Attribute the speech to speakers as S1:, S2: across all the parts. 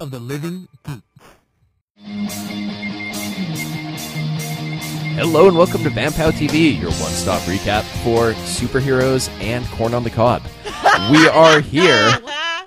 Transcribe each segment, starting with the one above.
S1: of the living geek.
S2: Hello and welcome to Vampow TV, your one-stop recap for superheroes and corn on the cob. we are here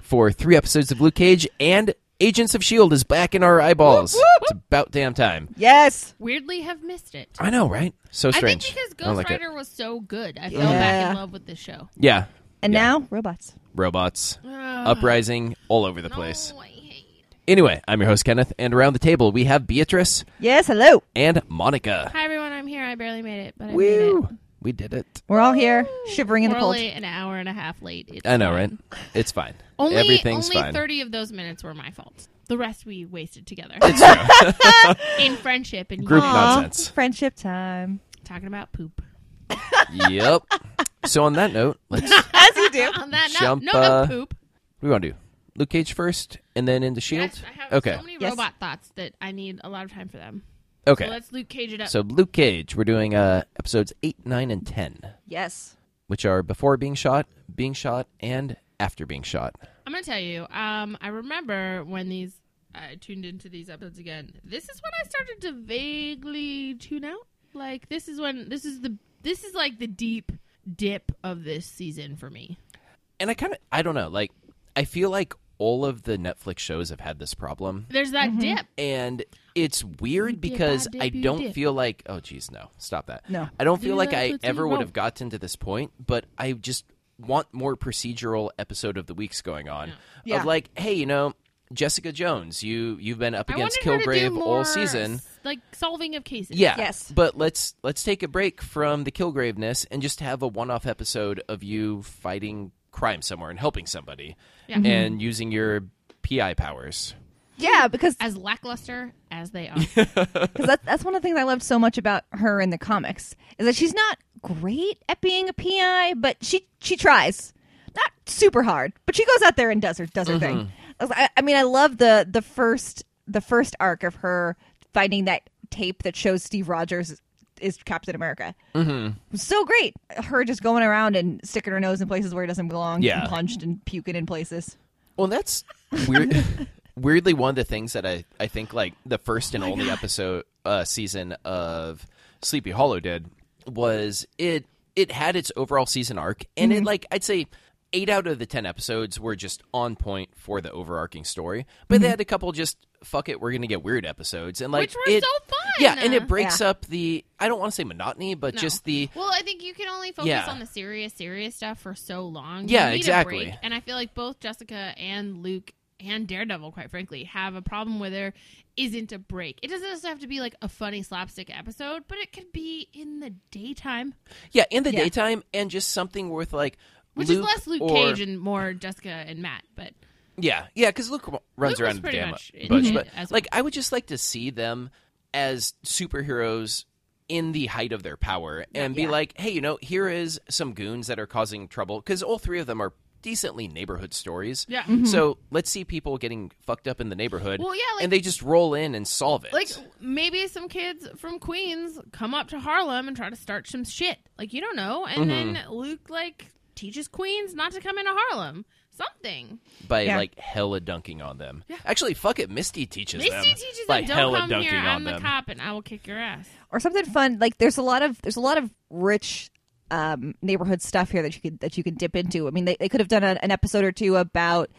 S2: for three episodes of Luke Cage and Agents of S.H.I.E.L.D. E is back in our eyeballs. It's about damn time.
S3: Yes.
S4: weirdly have missed it.
S2: I know, right? So
S4: I think
S2: strange.
S4: because
S2: don't
S4: Ghost
S2: like it.
S4: Rider was so good, I fell back
S3: Yeah.
S4: in love with the show.
S2: Yeah.
S3: And
S2: Yeah.
S3: now robots.
S2: Robots. Uprising all over the place.
S4: Uh, No, Oh, I hate. it.
S2: Anyway, I'm your host, Kenneth, and around the table we have Beatrice
S3: Yes, hello.
S2: and Monica.
S4: Hi everyone, I'm here. I barely made it, but I made it.
S2: Woo! We did it.
S3: We're all here shivering in
S4: We're
S3: the cold.
S4: only an hour and a half late. It's
S2: I know,
S4: fine.
S2: right? It's fine.
S4: Only
S2: Everything's
S4: only
S2: fine.
S4: thirty of those minutes were my fault. The rest we wasted together in friendship and
S2: Group
S4: you
S3: Aw,
S2: nonsense.
S3: Friendship time.
S4: talking about poop.
S2: yep. So on that note, let's
S3: As you do.
S4: On that note,
S2: Jump,
S4: no,
S2: uh,
S4: no poop.
S2: What do you want to do? Luke Cage first, and then into Shield.
S4: Yes, I have
S2: E okay,
S4: so many
S3: Yes.
S4: robot thoughts that I need a lot of time for them.
S2: okay.
S4: So let's Luke Cage it up.
S2: so Luke Cage, we're doing uh, episodes eight, nine, and ten,
S3: Yes.
S2: which are before being shot, being shot, and after being shot.
S4: I'm gonna tell you. Um, I remember when these I tuned into these episodes again. This is when I started to vaguely tune out. Like this is when this is the this is like the deep dip of this season for me.
S2: And I kind of, I don't know, like I feel like all of the Netflix shows have had this problem,
S4: There's that dip.
S2: and it's weird
S4: dip, I
S2: because
S4: dip,
S2: I
S4: you
S2: don't
S4: dip.
S2: feel like, oh, geez, no, stop that.
S3: No.
S2: I don't feel
S4: Do
S2: like
S4: that
S2: I
S4: until
S2: ever
S4: you
S2: would
S4: won't.
S2: have gotten to this point, but I just want more procedural episode of the weeks going on
S3: Yeah.
S2: of like, hey, you know, Jessica Jones, you you've been up
S4: I
S2: against
S4: wanted her to do
S2: Kilgrave all
S4: more
S2: season.
S4: s- like solving of cases.
S2: Yeah.
S3: Yes.
S2: But let's let's take a break from the Kilgraveness and just have a one-off episode of you fighting crime somewhere and helping somebody
S4: Yeah. Mm-hmm.
S2: and using your PI powers.
S3: Yeah, because
S4: as lackluster as they are.
S3: because that's, that's one of the things I loved so much about her in the comics is that she's not great at being a PI, but she she tries, not super hard, but she goes out there and does her does her thing. I, was- I- I mean, I love the the first the first arc of her finding that tape that shows Steve Rogers is- is Captain America. Mm-hmm. So great, her just going around and sticking her nose in places where it doesn't belong,
S2: Yeah.
S3: and punched and puking in places.
S2: Well, that's weird. weirdly one of the things that I, I think like the first
S4: Oh
S2: and only episode uh, season of Sleepy Hollow did was it it had its overall season arc and
S4: Mm-hmm.
S2: it like I'd say eight out of the ten episodes were just on point for the overarching story, but they had a couple just fuck it we're gonna get weird episodes and like
S4: Mm-hmm. Which were
S2: it-
S4: so fun!
S2: yeah and it breaks up the I don't want to say monotony but
S4: No.
S2: just the
S4: Well, I think you can only focus
S2: Yeah.
S4: on the serious, serious stuff for so long.
S2: Yeah,
S4: You need a
S2: exactly.
S4: break. And I feel like both Jessica and Luke and Daredevil, quite frankly, have a problem where there isn't a break. It doesn't just have to be like a funny slapstick episode, but it could be in the daytime,
S2: yeah in the
S3: Yeah.
S2: daytime and just something worth like
S4: which
S2: Luke
S4: is less Luke
S2: or,
S4: Cage and more Jessica and Matt. But
S2: Yeah, yeah, because Luke w- runs
S4: Luke was
S2: around the
S4: pretty
S2: damn
S4: much in
S2: bunch,
S4: it
S2: but
S4: as
S2: like I would just like to see them as superheroes in the height of their power and be like, hey, you know, here is some goons that are causing trouble because all three of them are decently neighborhood stories.
S4: Yeah.
S2: So let's see people getting fucked up in the neighborhood.
S4: Well, yeah, like-
S2: and they just roll in and solve it.
S4: like maybe some kids from Queens come up to Harlem and try to start some shit. Like you don't know, and
S2: Mm-hmm.
S4: then Luke like teaches Queens not to come into Harlem. Something.
S2: by
S3: Yeah.
S2: like hella dunking on them. Actually, fuck it, Misty teaches
S4: Misty
S2: them
S4: teaches
S2: by
S4: them, don't
S2: hella
S4: come
S2: dunking
S4: here.
S2: on
S4: I'm
S2: them.
S4: the cop, and I will kick your ass.
S3: or something fun. Like there's a lot of there's a lot of rich um, neighborhood stuff here that you could that you could dip into. I mean, they, they could have done a, an episode or two about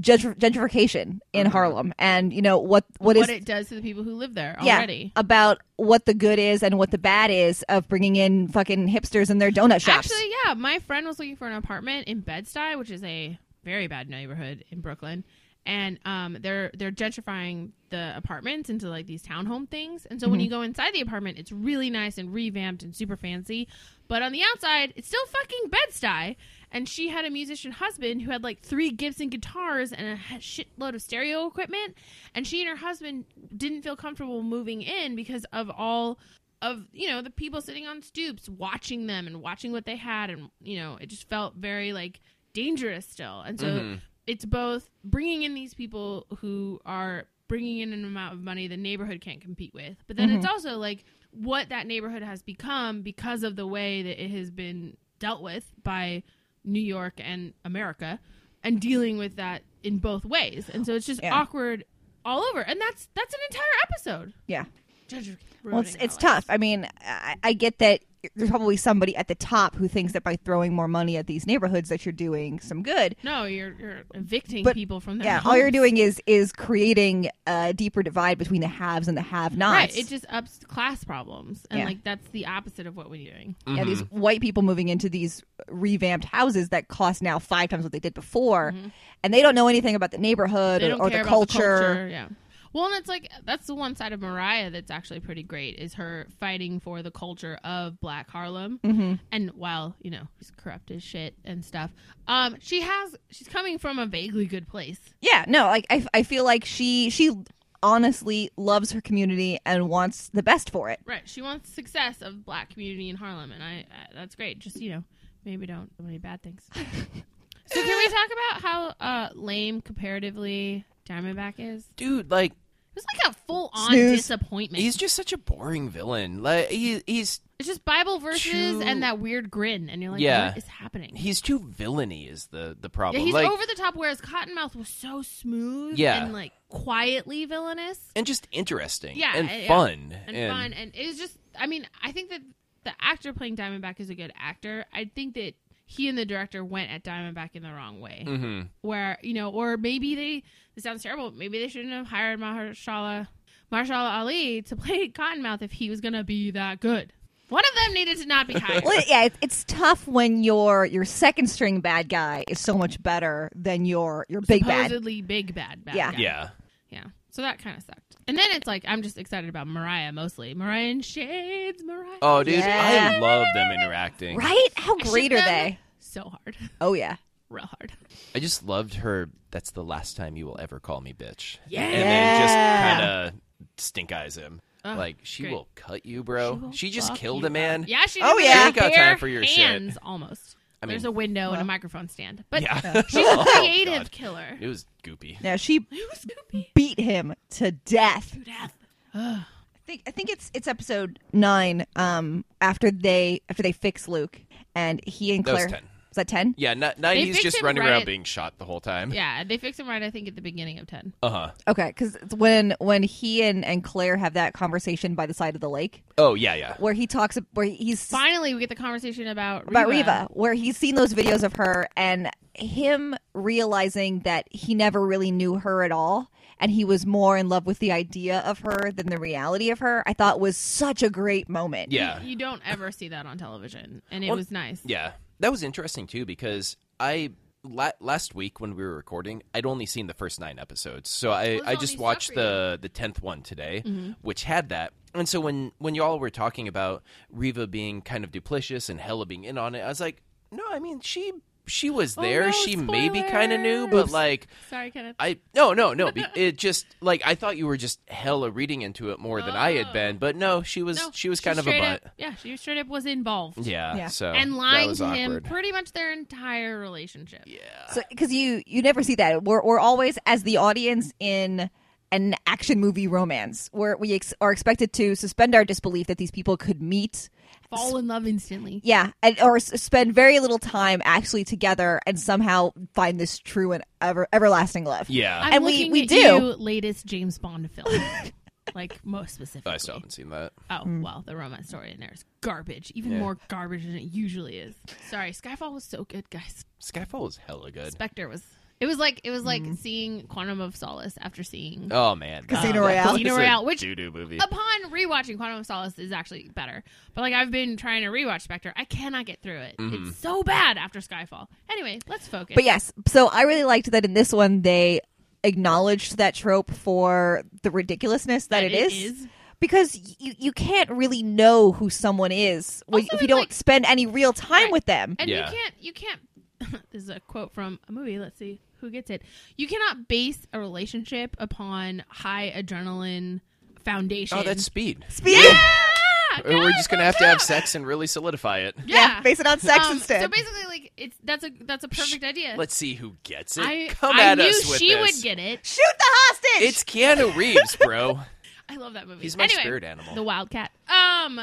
S3: gentr- gentrification in Harlem, and you know what what is
S4: Uh-huh. what it does to the people who live there
S3: yeah
S4: already.
S3: about what the good is and what the bad is of bringing in fucking hipsters and their donut shops.
S4: Actually, yeah, my friend was looking for an apartment in Bed-Stuy, which is a very bad neighborhood in Brooklyn. And um, they're they're gentrifying the apartments into like these townhome things, and so when you go inside the apartment, it's really nice and revamped and super fancy. But on the outside, it's still fucking Bed-Stuy. And she had a musician husband who had like three Gibson guitars and a ha- shitload of stereo equipment, and she and her husband didn't feel comfortable moving in because of all of you know the people sitting on stoops watching them and watching what they had and you know it just felt very like dangerous still and so it's both bringing in these people who are bringing in an amount of money the neighborhood can't compete with but then
S3: Mm-hmm.
S4: it's also like what that neighborhood has become because of the way that it has been dealt with by New York and America and dealing with that in both ways and so it's just
S3: Yeah.
S4: awkward all over, and that's that's an entire episode.
S3: Yeah.
S4: Judge,
S3: Well, it's, it's tough. I mean, I, I get that there's probably somebody at the top who thinks that by throwing more money at these neighborhoods that you're doing some good.
S4: No, you're you're evicting
S3: But-
S4: people from their
S3: Yeah, all you're
S4: homes.
S3: doing is is creating a deeper divide between the haves and the have-nots.
S4: Right, it just ups class problems, and
S3: Yeah.
S4: like that's the opposite of what we're doing.
S3: Yeah, these white people moving into these revamped houses that cost now five times what they did before, and they don't know anything about the neighborhood
S4: Mm-hmm. They
S3: or,
S4: don't
S3: or
S4: care
S3: the,
S4: about
S3: culture.
S4: the culture. Yeah. Well, and it's like that's the one side of Mariah that's actually pretty great is her fighting for the culture of Black Harlem. Mm-hmm. And while you know she's corrupt as shit and stuff, um, she has she's coming from a vaguely good place.
S3: Yeah, no, like I, I feel like she she honestly loves her community and wants the best for it.
S4: Right. She wants success of black community in Harlem, and I, I that's great. Just you know, maybe don't do any bad things. so can we talk about how uh, lame comparatively Diamondback is?
S2: Dude, like
S4: It was like a full on
S3: Snooze.
S4: disappointment.
S2: he's just such a boring villain. Like he, he's
S4: it's just Bible verses
S2: Too-
S4: and that weird grin, and you're like,
S2: Yeah.
S4: what is happening?
S2: he's too villainy is the the problem.
S4: yeah, he's
S2: like
S4: over the top. Whereas Cottonmouth was so smooth,
S2: Yeah.
S4: and like quietly villainous.
S2: and just interesting.
S4: Yeah,
S2: and
S4: yeah.
S2: fun
S4: and, fun. And it was just, I mean, I think that the actor playing Diamondback is a good actor. I think that he and the director went at Diamondback in the wrong way.
S2: Mhm.
S4: Where, you know, or maybe they, this sounds terrible, maybe they shouldn't have hired Mahershala, Mahershala Ali to play Cottonmouth if he was going to be that good. One of them needed to not be hired.
S3: Well, yeah, it, it's tough when your your second string bad guy is so much better than your your big bad.
S4: Supposedly big bad, bad
S3: Yeah.
S4: guy.
S2: yeah.
S4: Yeah. So that kind of sucked. And then it's like, I'm just excited about Mariah mostly. Mariah in Shades, Mariah.
S2: Oh, dude, I
S3: Yeah.
S2: love them interacting.
S3: Right? How
S4: I ship
S3: great are
S4: them
S3: they?
S4: So hard.
S3: Oh yeah.
S4: Real hard.
S2: I just loved her. That's the last time you will ever call me bitch.
S4: Yeah.
S2: and then just
S3: Yeah.
S2: kind of stink eyes him.
S4: Ugh,
S2: like she
S4: great.
S2: will cut you,
S4: She
S2: bro.
S4: will
S2: She, just
S4: fuck
S2: killed
S4: you
S2: a man.
S4: up. Yeah, she.
S3: Oh,
S4: did with
S3: yeah.
S4: her
S3: You
S2: got
S4: bare
S2: time for your shit.
S4: hands, Almost.
S2: I mean-
S4: There's a window and
S3: Well.
S4: a microphone stand, but
S2: Yeah.
S4: she's a
S2: Oh,
S4: creative
S2: God.
S4: killer.
S2: It was goopy.
S3: Now she
S4: It was Scooby.
S3: beat him to death.
S4: Ugh.
S3: I think I think it's it's episode nine. Um, after they after they fix Luke and he and
S2: That was
S3: Claire
S2: 10.
S3: was that ten?
S2: Yeah, n- nine. He's
S4: fixed
S2: just
S4: him
S2: running
S4: right
S2: around
S4: at-
S2: being shot the whole time.
S4: Yeah, they fixed him right. I think at the beginning of ten.
S2: Uh huh.
S3: Okay, because when when he and and Claire have that conversation by the side of the lake
S2: Oh yeah, yeah.
S3: where he talks where he's
S4: Finally, we get the conversation about
S3: about Riva, where he's seen those videos of her and him realizing that he never really knew her at all and he was more in love with the idea of her than the reality of her. I thought was such a great moment.
S2: Yeah,
S4: You don't ever see that on television, and it
S2: Well,
S4: was nice.
S2: yeah. That was interesting too because I la- last week when we were recording, I'd only seen the first nine episodes, so I,
S4: Well, it's
S2: I
S4: all new
S2: just
S4: stuff
S2: watched
S4: for you. Mm-hmm.
S2: the the tenth one today, which had that. And so when when y'all were talking about Riva being kind of duplicitous and Hella being in on it, I was like, no, I mean she she was
S4: Oh,
S2: there,
S4: no,
S2: she maybe kind of knew,
S4: spoilers.
S2: but like
S4: Sorry, Kenneth.
S2: I no no no. Be, it just like I thought you were just hella reading into it more than I had been, but no, she was
S4: Oh. No,
S2: she was kind of a
S4: straight
S2: butt.
S4: Up, yeah, she straight up was involved.
S2: Yeah,
S3: Yeah.
S2: So
S4: and
S2: that
S4: lying
S2: was
S4: to him
S2: awkward.
S4: pretty much their entire relationship.
S2: Yeah.
S3: because you you never see that we're, we're always as the audience in an action movie romance where we ex- are expected to suspend our disbelief that these people could meet
S4: Fall in love instantly.
S3: yeah and, or s- spend very little time actually together and somehow find this true and ever everlasting love
S2: Yeah.
S4: I'm
S3: And we-
S4: looking
S3: we
S4: at
S3: do.
S4: you, latest James Bond film, like most specifically.
S2: I still haven't seen that.
S4: Oh
S3: Hmm.
S4: well, the romance story in there is garbage, even
S2: Yeah.
S4: more garbage than it usually is. Sorry, Skyfall was so good, guys.
S2: Skyfall is hella good.
S4: Spectre was. It was like it was like
S3: Hmm.
S4: seeing Quantum of Solace after seeing
S2: Oh man,
S3: Casino
S2: that
S3: Royale.
S2: is
S4: Casino
S2: a
S4: Royale, which-
S2: doo-doo movie.
S4: upon rewatching Quantum of Solace is actually better. But like I've been trying to rewatch Spectre, I cannot get through it.
S2: Mm-hmm.
S4: It's so bad after Skyfall. Anyway, let's focus.
S3: but yes so i really liked that in this one they acknowledged that trope for the ridiculousness that,
S4: That it
S3: it is,
S4: is.
S3: because you, you can't really know who someone is when-
S4: Also,
S3: if you
S4: it's
S3: don't
S4: like-
S3: spend any real time
S4: Right.
S3: with them
S4: And
S2: Yeah.
S4: you can't you can't this is a quote from a movie, let's see who gets it. You cannot base a relationship upon high adrenaline foundation.
S2: Oh, that's Speed.
S3: Speed.
S4: Yeah!
S2: Or We're
S4: Guys,
S2: just gonna
S4: watch
S2: have to have
S4: out!
S2: sex and really solidify it.
S4: Yeah.
S3: base it on sex
S4: Um,
S3: instead.
S4: So basically like it's that's a that's a perfect idea.
S2: Let's see who gets it.
S4: I,
S2: Come
S4: I
S2: at
S4: knew
S2: us with
S4: she
S2: this.
S4: would get it.
S3: Shoot the hostage.
S2: It's Keanu Reeves, bro.
S4: I love that movie.
S2: He's my
S4: Anyway,
S2: spirit animal.
S4: The Wildcat. Um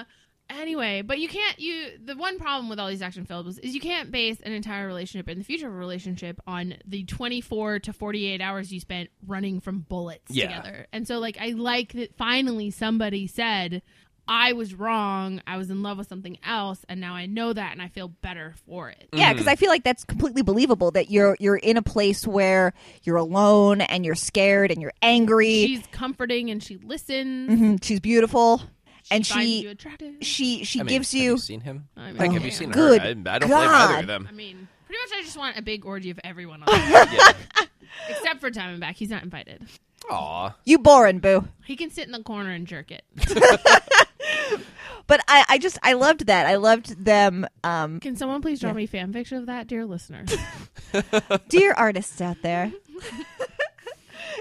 S4: Anyway, but you can't you the one problem with all these action films is you can't base an entire relationship and the future of a relationship on the 24 to 48 hours you spent running from bullets
S2: Yeah.
S4: together. And so like I like that finally somebody said I was wrong. I was in love with something else and now I know that and I feel better for it.
S3: Yeah, because I feel like that's completely believable that you're you're in a place where you're alone and you're scared and you're angry.
S4: She's comforting and she listens.
S3: Mhm, she's beautiful, and
S4: finds
S3: she
S4: you attractive.
S3: she she
S2: I mean,
S3: gives
S2: have
S3: you.
S2: seen him?
S4: I mean,
S2: like,
S4: Oh.
S2: have you seen
S3: Good
S2: her? I, I don't blame either
S3: God.
S2: of them.
S4: I mean, pretty much I just want a big orgy of everyone on
S2: Yeah.
S4: except for Diamondback. He's not invited.
S2: Aw.
S3: You boring, boo.
S4: He can sit in the corner and jerk it.
S3: But I, I just I loved that. I loved them. Um,
S4: Can someone please draw me fan fiction of that, dear listener?
S3: dear artists out there.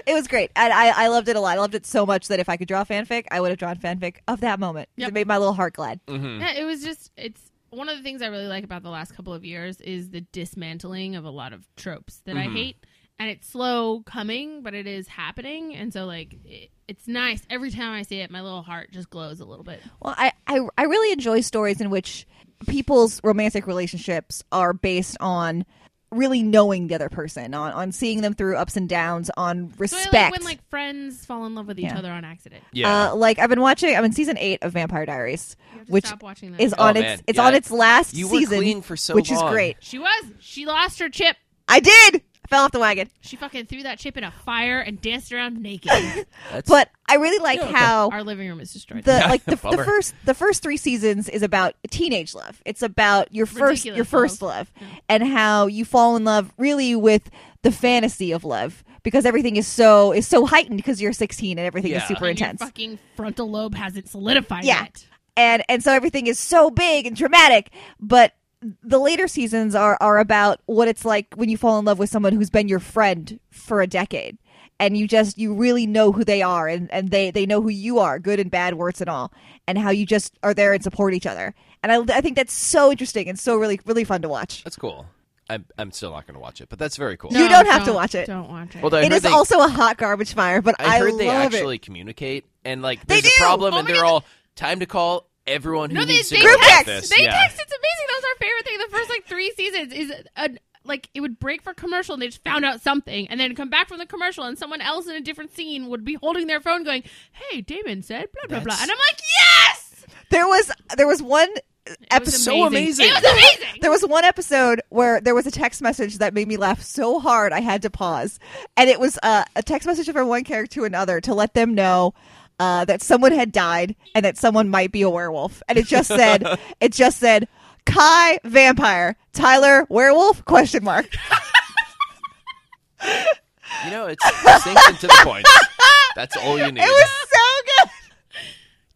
S3: It was great. And I, I loved it a lot. I loved it so much that if I could draw fanfic, I would have drawn fanfic of that moment. 'Cause
S4: Yep.
S3: It made my little heart glad.
S4: yeah, it was just it's one of the things I really like about the last couple of years is the dismantling of a lot of tropes that I hate. And it's slow coming, but it is happening. And so, like, it, it's nice. Every time I see it, my little heart just glows a little bit.
S3: Well, I, I, I really enjoy stories in which people's romantic relationships are based on really knowing the other person, on, on seeing them through ups and downs, on
S4: So
S3: respect.
S4: I like when, like, friends fall in love with each
S3: Yeah.
S4: other on accident.
S2: Yeah.
S3: Uh, like I've been watching, I'm in season eight of Vampire Diaries,
S4: You have to
S3: which
S4: stop watching that.
S3: is
S2: Oh,
S3: on
S2: man.
S3: its it's
S2: Yeah.
S3: on its last
S2: You were
S3: season,
S2: clean for so
S3: which
S2: long.
S3: is great.
S4: she was. She lost her chip.
S3: I did, I fell off the wagon,
S4: She fucking threw that chip in a fire and danced around naked.
S2: That's,
S3: but I really like how
S4: Our living room is destroyed.
S3: Oh. the
S2: Yeah,
S3: like the, the
S2: bummer.
S3: first the first three seasons is about teenage love. It's about your first your
S4: Ridiculous
S3: first love, and how you fall in love really with the fantasy of love because everything is so is so heightened because you're 16 and everything is
S2: Yeah.
S3: super
S4: And your
S3: intense.
S4: fucking frontal lobe hasn't solidified
S3: Yeah.
S4: yet.
S3: and and so everything is so big and dramatic, but the later seasons are are about what it's like when you fall in love with someone who's been your friend for a decade. And you just you really know who they are and, and they, they know who you are, good and bad, words and all, and how you just are there and support each other. And I, I think that's so interesting and so really really fun to watch.
S2: that's cool. I'm, I'm still not going to watch it, but that's very cool.
S3: You don't have to watch it.
S4: Don't watch it.
S2: Although I
S3: it
S2: heard
S3: is
S2: they,
S3: also a hot garbage fire, but I,
S2: I heard
S3: love
S2: they
S3: it.
S2: actually communicate, and like
S3: They
S2: there's a
S3: do!
S2: problem,
S4: Oh
S2: and
S4: my
S2: they're
S4: God.
S2: all time to call everyone who
S4: no, they,
S2: needs
S4: they
S2: to know about
S4: text.
S2: this.
S4: They
S2: yeah.
S4: text. It's amazing. That was our favorite thing. The first like three seasons is a, like it would break for commercial, and they just found out something, and then come back from the commercial, and someone else in a different scene would be holding their phone, going, "Hey, Damon said blah blah blah,"
S2: That's-
S4: and I'm like, "Yes,
S3: There was there was one
S4: It was
S3: episode
S2: So amazing.
S4: It was amazing."
S3: There was one episode where there was a text message that made me laugh so hard I had to pause, and it was uh, a text message from one character to another to let them know uh, that someone had died and that someone might be a werewolf. And it just said, it just said, Kai vampire, Tyler werewolf question mark.
S2: You know, it's distinct and to the point. That's all you need.
S3: It was so good.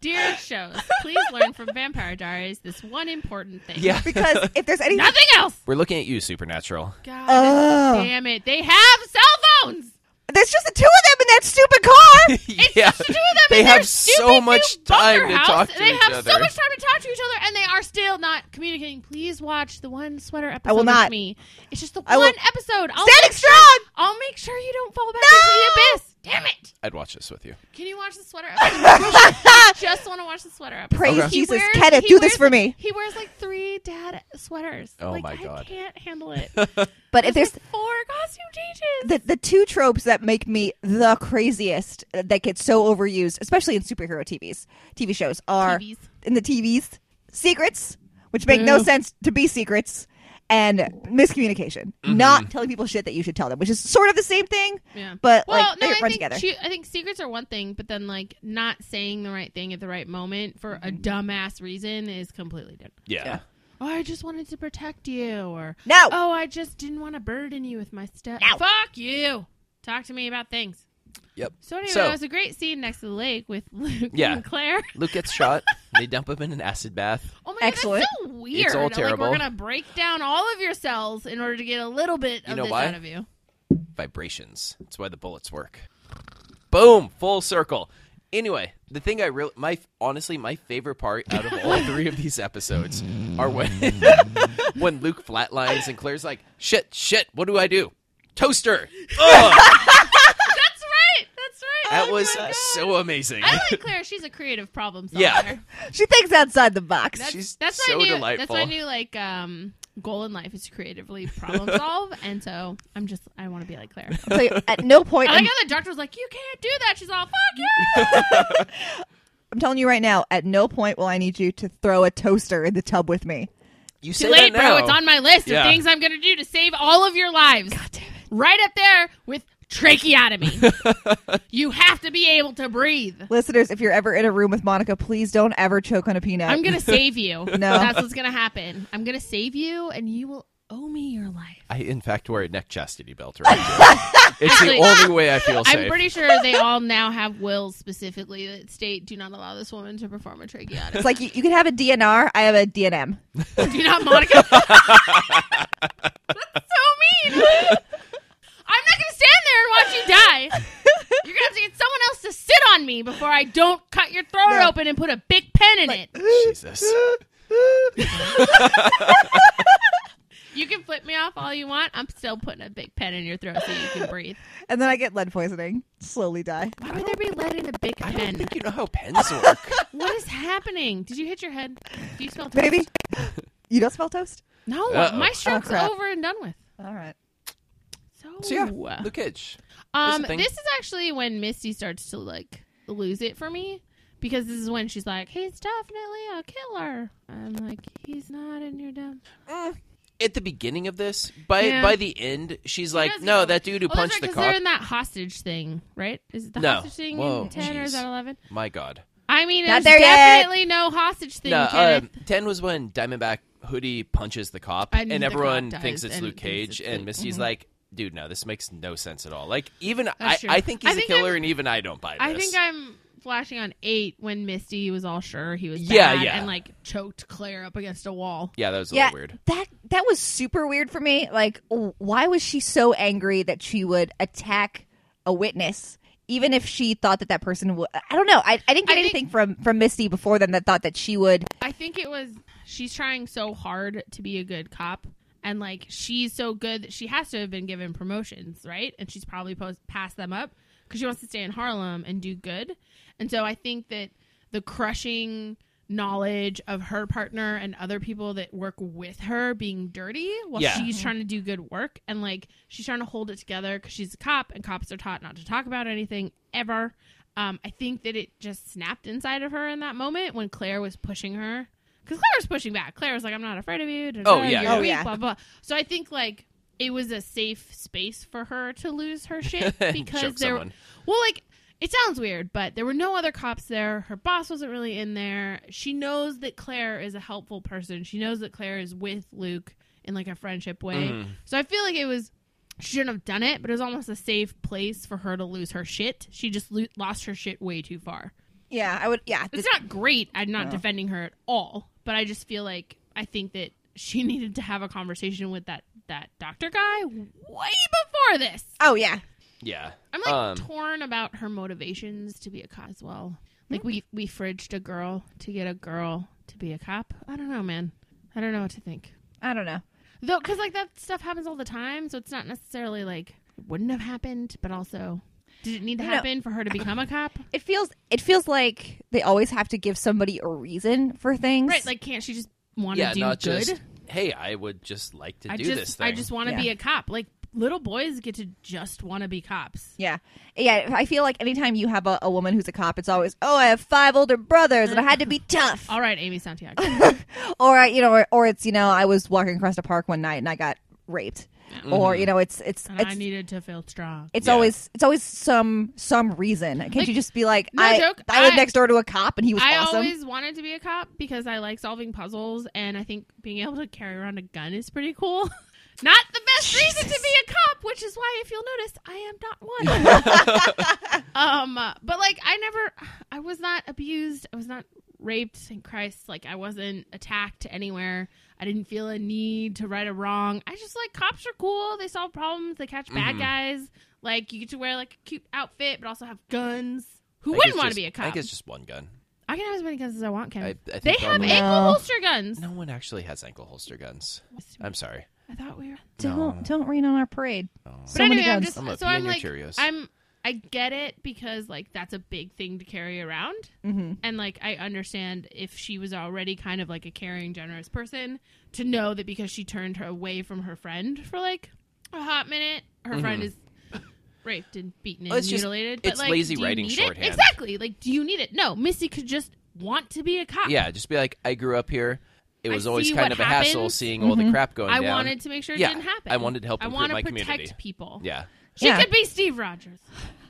S4: Dear shows, please learn from Vampire Diaries this one important thing.
S2: yeah,
S3: Because if there's anything,
S4: Nothing else.
S2: we're looking at you, Supernatural.
S4: God
S3: Ugh.
S4: damn it. They have cell phones.
S3: there's just the two of them in that stupid car.
S4: It's
S2: yeah,
S4: just the two of them.
S2: they
S4: in their
S2: have so
S4: stupid
S2: much
S4: new
S2: time
S4: bunker
S2: to
S4: house.
S2: talk to
S4: They
S2: each
S4: have
S2: other.
S4: so much time to talk to each other, and they are still not communicating. Please watch the one sweater episode
S3: I will not.
S4: with me. It's just the
S3: I will-
S4: one episode. I'll
S3: Standing
S4: make sure,
S3: strong.
S4: I'll make sure you don't fall back
S3: No.
S4: into the abyss. Damn it.
S2: I'd watch this with you.
S4: Can you watch the sweater episode? I just want to watch the sweater episode.
S3: Praise
S2: Okay.
S3: Jesus,
S4: wears-
S3: Kenneth,
S4: he
S3: do this for
S4: wears-
S3: me.
S4: He wears like three dad sweaters.
S2: Oh
S4: like,
S2: my
S4: I
S2: God.
S4: can't handle it.
S3: But if
S4: There's
S3: there's
S4: like four costume changes.
S3: the, the two tropes that make me the craziest uh, that get so overused, especially in superhero TVs, TV shows, are
S4: TVs.
S3: in the TVs secrets, which make no
S4: Boo.
S3: sense to be secrets, and miscommunication, not telling people shit that you should tell them, which is sort of the same thing,
S4: Yeah.
S3: but
S4: well,
S3: like
S4: no,
S3: they
S4: I
S3: run
S4: think
S3: together.
S4: she- I think secrets are one thing, but then like not saying the right thing at the right moment for
S2: Mm-hmm.
S4: a dumbass reason is completely different.
S2: Yeah.
S3: Yeah.
S4: Oh, I just wanted to protect you, or
S3: No.
S4: Oh, I just didn't want to burden you with my stuff.
S3: No.
S4: Fuck you. Talk to me about things.
S2: Yep.
S4: So anyway,
S2: So-
S4: it was a great scene next to the lake with Luke
S2: Yeah.
S4: and Claire.
S2: Luke gets shot. they dump him in an acid bath.
S4: Oh my
S3: Excellent.
S4: god, that's so weird.
S2: all
S4: Like
S2: terrible.
S4: we're gonna break down all of your cells in order to get a little bit of
S2: know
S4: this
S2: why?
S4: out of you.
S2: Vibrations. That's why the bullets work. Boom. Full circle. Anyway, the thing I really, my honestly, my favorite part out of all three of these episodes are when when Luke flatlines and Claire's like, "Shit, shit, what do I do?" Toaster. Ugh.
S4: That's right. That's right.
S2: that was uh, so amazing.
S4: Oh I like Claire. She's a creative problem solver.
S2: Yeah.
S3: She thinks outside the box.
S4: Oh. That's,
S2: She's
S4: that's
S2: so
S4: my new, That's
S2: delightful.
S4: my new like um, goal in life is to creatively problem solve, and so I'm just I want to be like Claire.
S3: So at no point,
S4: I like
S3: I'm,
S4: how the doctor was like, "You can't do that." She's all, "Fuck you!"
S3: I'm telling you right now, at no point will I need you to throw a toaster in the tub with me.
S2: You say
S4: Too late,
S2: that now.
S4: bro. It's on my list
S2: Yeah.
S4: of things I'm gonna do to save all of your lives. God damn it! Right up there with tracheotomy. you have to be able to breathe.
S3: Listeners, if you're ever in a room with Monica, please don't ever choke on a peanut.
S4: I'm gonna save you. no, that's what's gonna happen. I'm gonna save you, and you will owe me your life.
S2: I in fact wear a neck chastity belt right now. it's
S4: Actually,
S2: the only way I feel safe.
S4: I'm pretty sure they all now have wills specifically that state do not allow this woman to perform a tracheotomy.
S3: It's like you, you can have a DNR. I have a DNM.
S4: do not, Monica. That's so mean. I'm not going to stand there and watch you die. You're going to have to get someone else to sit on me before I don't cut your throat
S3: No.
S4: open and put a big pen in it.
S2: Jesus.
S4: You can flip me off all you want. I'm still putting a big pen in your throat so you can breathe.
S3: And then I get lead poisoning. Slowly die.
S4: Why would there be lead in a big
S2: I don't
S4: pen?
S2: think you know how pens work.
S4: What is happening? Did you hit your head? Do you smell toast?
S3: Baby, you don't smell toast?
S4: No,
S2: Uh-oh.
S4: my stroke's
S3: Oh, crap.
S4: over and done with.
S3: All right.
S4: So,
S2: So yeah, Luke Cage.
S4: Um,
S2: the thing.
S4: this is actually when Misty starts to like lose it for me because this is when she's like, "He's definitely a killer." I'm like, "He's not, and you're dumb."
S2: At the beginning of this, by
S4: Yeah.
S2: by the end, she's like,
S4: doesn't
S2: "No,
S4: know.
S2: that dude who
S4: Oh, that's
S2: punched
S4: right, 'cause
S2: the
S4: they're
S2: cop."
S4: in that hostage thing, right? Is it the
S2: No.
S4: hostage thing
S2: Whoa,
S4: in ten or is
S2: jeez.
S4: that eleven?
S2: My God.
S4: I mean,
S3: Not there
S4: there's
S3: yet.
S4: definitely no hostage thing.
S2: No, uh,
S4: Kenneth.
S2: ten was when Diamondback Hoodie punches the cop,
S4: And
S2: and,
S4: the
S2: everyone
S4: cop
S2: thinks
S4: dies
S2: it's
S4: and
S2: Luke
S4: thinks
S2: Cage,
S4: it's
S2: and
S4: Luke. Mm-hmm.
S2: Misty's like, "Dude, no, this makes no sense at all." Like, even I,
S4: That's true.
S2: I think he's
S4: I think
S2: a killer,
S4: I'm-
S2: and even I don't buy this.
S4: I think I'm flashing on eight when Misty was all sure he was
S2: Yeah,
S4: bad
S2: yeah.
S4: and like choked Claire up against a wall.
S2: yeah, that was a
S3: Yeah,
S2: little weird.
S3: that that was super weird for me. Like, w- why was she so angry that she would attack a witness, even if she thought that that person would? I don't know. I, I didn't get
S4: I think-
S3: anything from from Misty before then that thought that she would.
S4: I think it was she's trying so hard to be a good cop. And like she's so good that she has to have been given promotions, right? And she's probably post- passed them up because she wants to stay in Harlem and do good. And so I think that the crushing knowledge of her partner and other people that work with her being dirty while
S2: Yeah.
S4: she's trying to do good work and like she's trying to hold it together because she's a cop and cops are taught not to talk about anything ever. Um, I think that it just snapped inside of her in that moment when Claire was pushing her because Claire was pushing back. Claire was like, "I'm not afraid of you." da, da,
S2: Oh,
S4: da,
S2: yeah,
S4: you're
S2: yeah.
S3: Oh,
S4: weak,
S3: yeah.
S4: Blah blah. So I think like it was a safe space for her to lose her shit because
S2: Choke
S4: there.
S2: someone.
S4: Well, like it sounds weird, but there were no other cops there. Her boss wasn't really in there. She knows that Claire is a helpful person. She knows that Claire is with Luke in like a friendship way.
S2: Mm.
S4: So I feel like it was she shouldn't have done it, but it was almost a safe place for her to lose her shit. She just lo- lost her shit way too far.
S3: Yeah, I would. Yeah,
S4: It's not great. I'm not defending her at all, but I just feel like I think that she needed to have a conversation with that that doctor guy way before this.
S3: oh yeah.
S2: Yeah,
S4: I'm like
S2: Um,
S4: torn about her motivations to be a Coswell. Like we we fridged a girl to get a girl to be a cop. I don't know, man. I don't know what to think.
S3: I don't know.
S4: Though, because like that stuff happens all the time, so it's not necessarily like it wouldn't have happened, but also did it need to
S3: You know-
S4: happen for her to become a cop?
S3: It feels it feels like they always have to give somebody a reason for things.
S4: Right? Like, can't she just want to
S2: yeah,
S4: do
S2: not
S4: good?
S2: just. Hey, I would just like to
S4: I
S2: do
S4: just
S2: this thing.
S4: I just want to
S3: Yeah.
S4: be a cop. Like little boys get to just want to be cops.
S3: Yeah. Yeah. I feel like anytime you have a, a woman who's a cop, it's always, oh, I have five older brothers and I had to be tough.
S4: All right, Amy Santiago.
S3: or, I, you know, or, or it's, you know, I was walking across a park one night and I got raped. Or, you know, it's, it's,
S4: Mm-hmm. And I
S3: it's,
S4: needed to feel strong.
S3: it's
S2: Yeah.
S3: always, it's always some, some reason. Can't you just be like,
S4: no
S3: I,
S4: joke,
S3: I lived
S4: I-
S3: next door to a cop and he was
S4: I
S3: awesome.
S4: always wanted to be a cop because I like solving puzzles, and I think being able to carry around a gun is pretty cool. Not the best reason to be a cop, which is why, if you'll notice, I am not one. um, uh, but like, I never, I was not abused. I was not raped. Thank Christ. Like, I wasn't attacked anywhere. I didn't feel a need to right a wrong. I just like cops are cool. They solve problems. They catch
S2: Mm-hmm.
S4: bad guys. Like, you get to wear like a cute outfit, but also have guns.
S2: I
S4: Who
S2: think
S4: wouldn't
S2: it's
S4: want to
S2: just-
S4: be a cop?
S2: I think it's just one gun.
S4: I can have as many guns as I want, Ken.
S2: I- I think
S4: they have
S2: normally-
S4: ankle
S3: No.
S4: holster guns.
S2: No one actually has ankle holster guns. I'm sorry.
S4: I thought we were.
S3: don't, don't rain on our parade.
S4: But
S3: So many
S4: anyway, I'm
S3: guns.
S4: just
S2: I'm a
S4: so I'm
S2: peeing your Cheerios.
S4: like I'm I get it because like that's a big thing to carry around, and like I understand if she was already kind of like a caring, generous person to know that because she turned her away from her friend for like a hot minute, her friend is raped and beaten and
S2: Mm-hmm. Well, it's just-
S4: mutilated. but
S2: it's
S4: like,
S2: lazy
S4: do you
S2: writing
S4: need it?
S2: shorthand.
S4: Exactly. Like, do you need it? No, Missy could just want to be a cop.
S2: Yeah, just be like, I grew up here. It
S4: I
S2: was always
S4: see
S2: kind
S4: what
S2: of a hassle
S4: happens.
S2: seeing all the crap going
S4: I
S2: down.
S4: wanted to make sure it
S2: Yeah,
S4: didn't happen.
S2: I wanted to help
S4: I
S2: improve
S4: wanna
S2: my
S4: protect
S2: community.
S4: people.
S2: Yeah.
S4: She
S3: Yeah.
S4: could be Steve Rogers.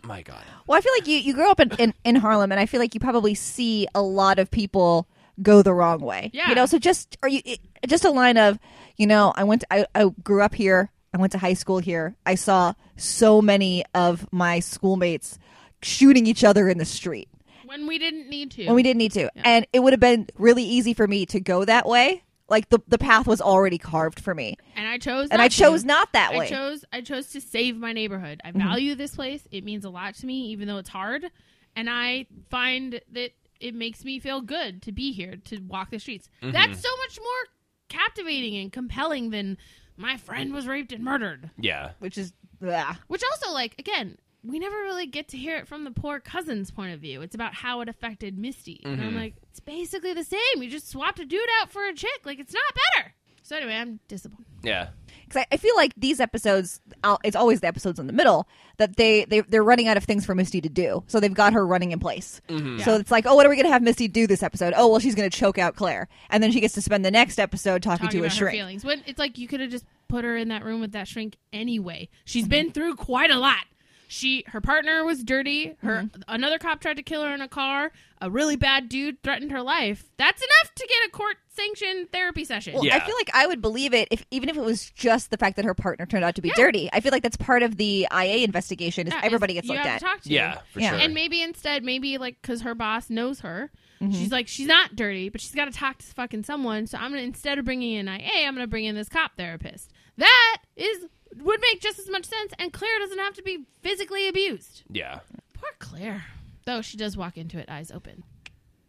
S2: My God.
S3: Well, I feel like you, you grew up in, in, in Harlem, and I feel like you probably see a lot of people go the wrong way.
S4: Yeah.
S3: You know, so just are you it- just a line of, you know, I went, to, I, I grew up here, I went to high school here, I saw so many of my schoolmates shooting each other in the street
S4: When we didn't need to.
S3: when we didn't need to, and it would have been really easy for me to go that way. Like the the path was already carved for me,
S4: and I chose
S3: and I
S4: to.
S3: chose not that
S4: I
S3: way. Mm-hmm.
S4: chose I chose to save my neighborhood. I value this place. It means a lot to me even though it's hard, and I find that it makes me feel good to be here to walk the streets.
S2: Mm-hmm.
S4: That's so much more captivating and compelling than my friend was raped and murdered.
S2: Yeah.
S3: which is, ugh.
S4: Which also like again, we never really get to hear it from the poor cousin's point of view. It's about how it affected Misty. And
S3: Mm-hmm.
S4: I'm like, it's basically the same. You just swapped a dude out for a chick. Like it's not better. So anyway, I'm disappointed.
S2: Yeah.
S3: because I, I feel like these episodes I'll- it's always the episodes in the middle that they, they they're running out of things for misty to do so they've got her running in place so it's like oh what are we gonna have misty do this episode oh well she's gonna choke out claire and then she gets to spend the next episode talking,
S4: talking
S3: to a
S4: about her
S3: shrink
S4: feelings. When it's like you could have just put her in that room with that shrink anyway.
S3: Mm-hmm.
S4: She's been through quite a lot. She her partner was dirty. Her
S3: Mm-hmm.
S4: another cop tried to kill her in a car. A really bad dude threatened her life. That's enough to get a court sanctioned therapy session.
S3: Well,
S2: Yeah.
S3: I feel like I would believe it if even if it was just the fact that her partner turned out to be dirty. I feel like that's part of the IA investigation is
S4: Yeah,
S3: everybody
S4: it's-
S3: gets
S4: you
S3: looked
S4: have
S3: at.
S4: to talk to.
S2: Yeah. For
S3: Yeah.
S2: sure.
S4: And maybe instead, maybe like because her boss knows her, she's like she's not dirty, but she's got to talk to fucking someone. So I'm gonna instead of bringing in IA, I'm gonna bring in this cop therapist. That is would make just as much sense, and Claire doesn't have to be physically abused.
S2: yeah.
S4: Poor Claire, though she does walk into it eyes open.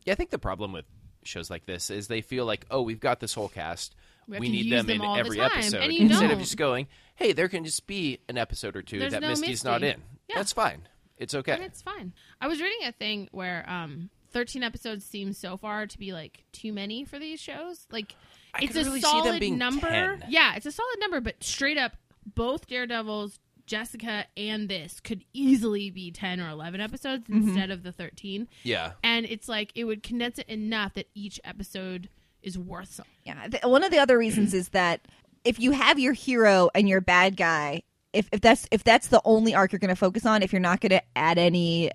S2: Yeah, I think the problem with shows like this is they feel like, oh, we've got this whole cast.
S4: We
S2: We,
S4: have to
S2: need
S4: use
S2: them,
S4: them
S2: in
S4: all the
S2: every
S4: time,
S2: episode.
S4: and you
S2: Instead of
S4: don't.
S2: just going, hey, there can just be an episode or two
S4: There's
S2: that
S4: no
S2: Misty's not
S4: Misty.
S2: in.
S4: Yeah.
S2: That's fine. It's
S4: And
S2: okay.
S4: it's fine. I was reading a thing where um 13 episodes seem so far to be like too many for these shows. Like
S2: I
S4: it's
S2: could
S4: a
S2: really see them
S4: solid
S2: being
S4: number.
S2: 10.
S4: Yeah, it's a solid number, but straight up both Daredevils, Jessica and this could easily be 10 or 11 episodes instead of the 13.
S2: Mm-hmm. Yeah.
S4: And it's like it would condense it enough that each episode is worth something.
S3: Yeah. Th- one of the other reasons is that if you have your hero and your bad guy, if, if that's if that's the only arc you're going to focus on, if you're not going to add any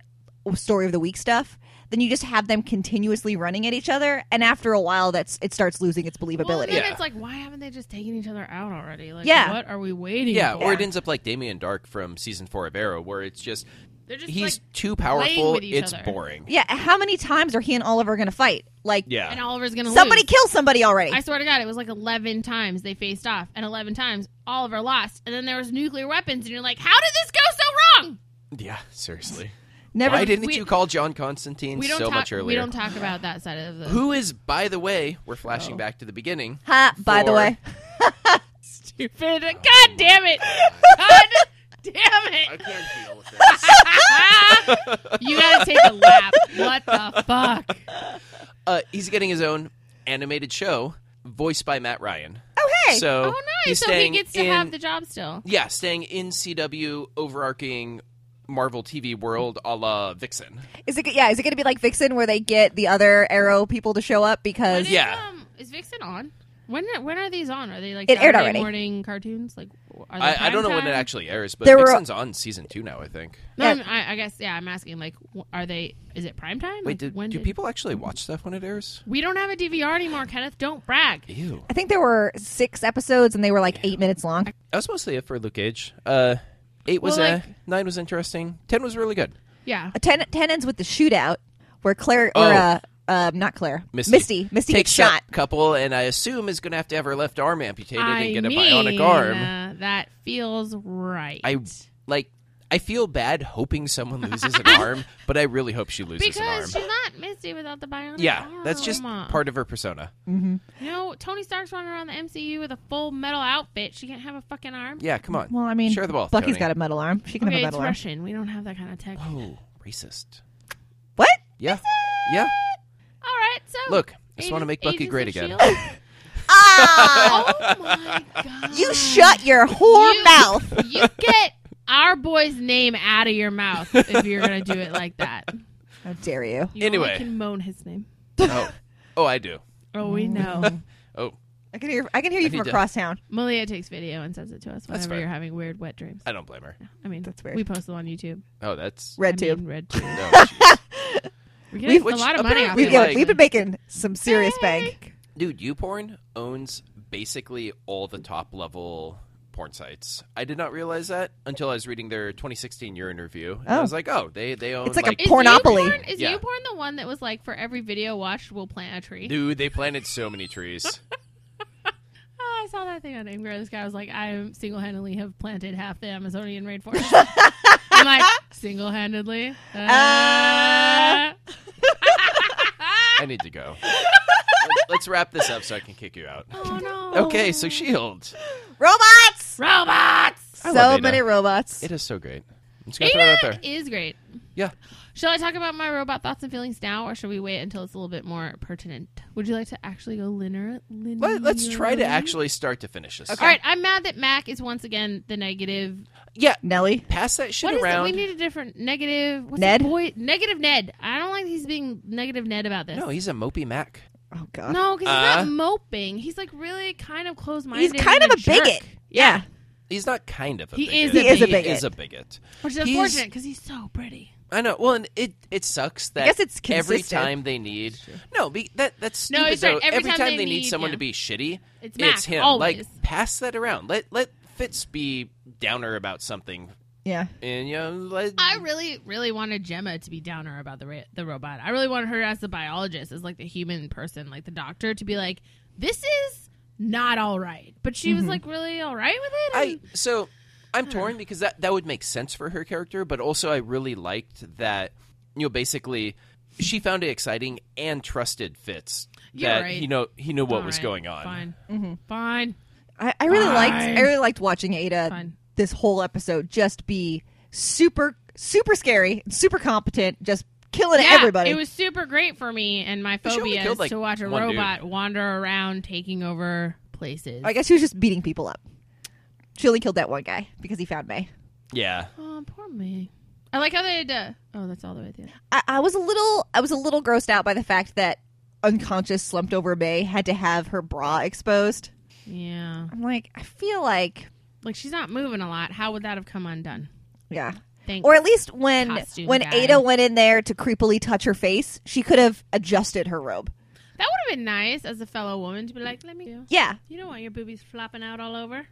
S3: story of the week stuff, then you just have them continuously running at each other, and after a while, that's it starts losing its
S4: Well,
S3: believability.
S4: and then
S2: Yeah.
S4: it's like, why haven't they just taken each other out already? Like,
S3: Yeah.
S4: what are we waiting
S2: Yeah,
S4: for?
S2: or it ends up like Damien Dark from season four of Arrow, where it's just
S4: They're just
S2: he's
S4: like,
S2: too
S4: playing
S2: powerful.
S4: with each
S2: It's
S4: other.
S2: boring.
S3: Yeah, How many times are he and Oliver going to fight? Like,
S2: Yeah,
S4: and Oliver's going to
S3: somebody
S4: lose.
S3: kill somebody already.
S4: I swear to God, it was like 11 times they faced off, and 11 times Oliver lost, and then there was nuclear weapons, and you're like, how did this go so wrong?
S2: yeah. Seriously,
S3: Never.
S2: why didn't
S4: we-
S2: you call John Constantine
S4: We don't
S2: so
S4: talk.
S2: much earlier?
S4: We don't talk about that side of the.
S2: Who is, by the way, we're
S4: Oh.
S2: flashing back to the beginning.
S3: ha, by the
S2: for-
S3: way,
S4: Stupid. God damn it! God damn it!
S2: can't deal with this.
S4: you gotta take a lap. What the fuck?
S2: uh, he's getting his own animated show, voiced by Matt Ryan.
S3: oh hey,
S2: So
S4: Oh, nice.
S2: He's
S4: so he
S2: staying
S4: gets to
S2: in,
S4: have the job still.
S2: yeah, staying in CW overarching Marvel TV world, a la Vixen.
S3: is it? Yeah, is it going to be like Vixen, where they get the other Arrow people to show up
S4: When
S3: because
S4: is,
S2: Yeah.
S4: Um, is Vixen on? When are, when are these on? Are they like
S3: It aired
S4: Saturday
S3: already.
S4: morning cartoons? Like are they
S2: I, I don't know
S4: prime
S2: when it
S4: time?
S2: actually airs, but
S3: There were-
S2: Vixen's on season two now, I think.
S4: No,
S3: Yeah.
S4: I'm- I, I guess yeah. I'm asking like, wh- are they? Is it prime time?
S2: Wait,
S4: Like,
S2: do,
S4: when
S2: do
S4: did-
S2: people actually watch stuff when it airs?
S4: We don't have a DVR anymore, Kenneth. Don't brag.
S2: Ew.
S3: I think there were six episodes and they were like eight minutes long.
S2: That was mostly it for Luke Cage. Uh, eight was
S4: Well,
S2: uh,
S4: like-
S2: nine was interesting. Ten was really good.
S4: Yeah,
S3: A ten, ten ends with the shootout where Claire
S2: Oh.
S3: or uh, um, not Claire,
S2: Misty,
S3: Misty, Misty
S2: takes
S3: gets shot.
S2: a couple, and I assume is going to have to have her left arm amputated and
S4: I
S2: get
S4: mean,
S2: a bionic arm.
S4: uh, that feels right.
S2: I like. I feel bad hoping someone loses an arm, but I really hope she loses an arm.
S4: because she's not not Misty without the bionic
S2: Yeah,
S4: arm.
S2: that's just part of her persona.
S4: No, Tony Stark's running around the MCU with a full metal outfit. She can't have a fucking arm.
S2: Yeah, come on.
S3: Well, I mean,
S2: share the wealth.
S3: Bucky's
S2: Tony.
S3: got a metal arm. She can
S4: okay,
S3: have a
S4: it's
S3: metal arm.
S4: Russian. We don't have that kind of tech. All
S2: Oh, racist.
S3: What?
S2: Yeah, yeah.
S4: right, so
S2: Look, I just
S4: Agents-
S2: want to make Bucky
S4: Agents
S2: great
S4: of
S2: again.
S4: S.H.I.E.L.D..
S3: Ah!
S4: oh my god!
S3: you shut your whore
S4: You-
S3: mouth.
S4: You get our boy's name out of your mouth if you're gonna do it like that.
S3: How dare you?
S4: You only
S2: Anyway.
S4: can moan his name.
S2: oh, oh, I do.
S4: Oh, we know.
S2: Oh,
S3: I can hear. I can hear you
S2: I
S3: from
S2: need to-
S3: across town.
S4: Malia takes video and sends it to us
S2: That's
S4: whenever
S2: fair.
S4: you're having weird wet dreams.
S2: I don't blame her.
S4: I mean,
S3: That's weird.
S4: We post them on YouTube.
S2: Oh, that's
S4: I
S3: Red tube.
S4: mean, Red tube.
S2: no, jeez.
S4: We're getting
S2: Which
S4: a lot of money off
S2: apparently-
S3: We've,
S4: of
S2: yeah,
S4: it.
S3: we've been making some serious bank.
S2: dude. YouPorn owns basically all the top level porn sites. I did not realize that until I was reading their 2016 year in review. And I
S3: Oh.
S2: was like, oh, they they own
S3: It's like a
S4: Is
S3: Pornopoly.
S4: YouPorn, is
S2: Yeah.
S4: YouPorn the one that was like for every video watched, we'll plant a tree?
S2: dude. They planted so many trees.
S4: Oh, I saw that thing on Angry. This guy was like, I single handedly have planted half the Amazonian rainforest. I'm like, single handedly?
S3: Uh.
S2: I need to go. Let's wrap this up so I can kick you out.
S4: oh, no.
S2: Okay, so Shield.
S3: Robots.
S4: Robots!
S2: I
S3: so
S2: love Ada.
S3: many robots.
S2: It is so great. I'm just gonna throw it out
S4: Ada
S2: there.
S4: is great.
S2: Yeah.
S4: Shall I talk about my robot thoughts and feelings now, or should we wait until it's a little bit more pertinent? Would you like to actually go linear? linear
S2: Let, let's try to actually start to finish this.
S4: All right, I'm mad that Mac is once again the negative.
S2: Yeah.
S3: Nelly.
S2: Pass that shit
S4: What is
S2: around.
S4: it? We need a different negative. What's
S3: Ned?
S4: the boy? Negative Ned. I don't like he's being negative Ned about this.
S2: no, he's a mopey Mac.
S3: Oh God.
S4: No, because
S2: Uh.
S4: he's not moping. He's like really kind of close
S3: He's
S4: minded.
S3: kind of a bigot. Yeah.
S2: He's not kind of a
S4: He
S2: bigot.
S4: is a He is a
S3: bigot.
S2: He is a bigot.
S4: Which is
S2: He's-
S4: unfortunate because he's so pretty.
S2: I know. Well, and it it sucks that
S3: guess it's
S2: every
S3: consistent.
S2: time they need no be, that that's
S4: No,
S2: stupid.
S4: it's right.
S2: though.
S4: Every time
S2: time
S4: they
S2: they need
S4: need-
S2: someone
S4: yeah.
S2: to be shitty,
S4: It's Mac,
S2: him.
S4: always.
S2: Like pass that around. Let let Fitz be downer about something,
S3: Yeah.
S2: and you know let,
S4: I really, really wanted Gemma to be downer about the ra- the robot. I really wanted her as the biologist, as like the human person, like the doctor, to be like, "This is not all right." But she
S3: Mm-hmm.
S4: was like really all right with it.
S2: I
S4: and-
S2: so I'm
S4: Hmm.
S2: torn because that that would make sense for her character, but also I really liked that you know basically she found it exciting and trusted Fitz
S4: You're
S2: that
S4: right.
S2: he know he knew what
S4: all
S2: was
S4: right,
S2: going on.
S4: Fine,
S3: Mm-hmm.
S4: fine,
S3: I, I really liked.
S4: Fine.
S3: I really liked watching Ada.
S4: Fine.
S3: This whole episode just be super, super scary, super competent, just killing
S4: Yeah,
S3: everybody.
S4: It was super great for me and my
S2: But she only
S4: phobia
S2: killed,
S4: is
S2: like,
S4: to watch a
S2: one dude.
S4: robot wander around taking over places.
S3: I guess she was just beating people up. She only killed that one guy because he found May.
S2: Yeah.
S4: Oh, poor me. I like how they. Uh, oh, that's all the way at the end.
S3: I, I was a little I was a little grossed out by the fact that unconscious slumped over May had to have her bra exposed.
S4: Yeah,
S3: I'm like, I feel like
S4: like she's not moving a lot. How would that have come undone?
S3: yeah.
S4: Thank
S3: Or at least when
S4: Costume
S3: when
S4: guy.
S3: Ada went in there to creepily touch her face, she could have adjusted her robe.
S4: that would have been nice as a fellow woman to be like, "Let me do."
S3: Yeah. Mm.
S4: You don't want your boobies flopping out all over.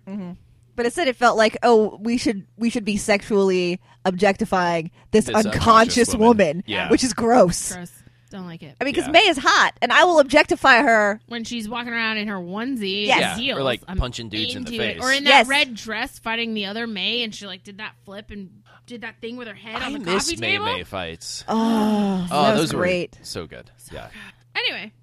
S3: But instead it felt like, oh, we should we should be sexually objectifying this,
S2: This
S3: unconscious,
S2: unconscious woman.
S3: woman,
S2: Yeah.
S3: which is gross.
S4: Gross. Don't like it.
S3: I mean, because
S2: Yeah.
S3: May is hot, and I will objectify her.
S4: When she's walking around in her onesie,
S3: Yes.
S4: and
S2: Yeah,
S4: heels,
S2: or, like,
S4: I'm
S2: punching dudes in the
S4: into it.
S2: face.
S4: or in that
S3: Yes.
S4: red dress fighting the other May, and she like did that flip and did that thing with her head on
S2: I
S4: the
S2: miss
S4: coffee
S2: May
S4: table.
S2: May fights.
S3: Oh,
S2: Oh,
S3: that was
S2: those
S3: great.
S2: were so good. yeah.
S4: Anyway,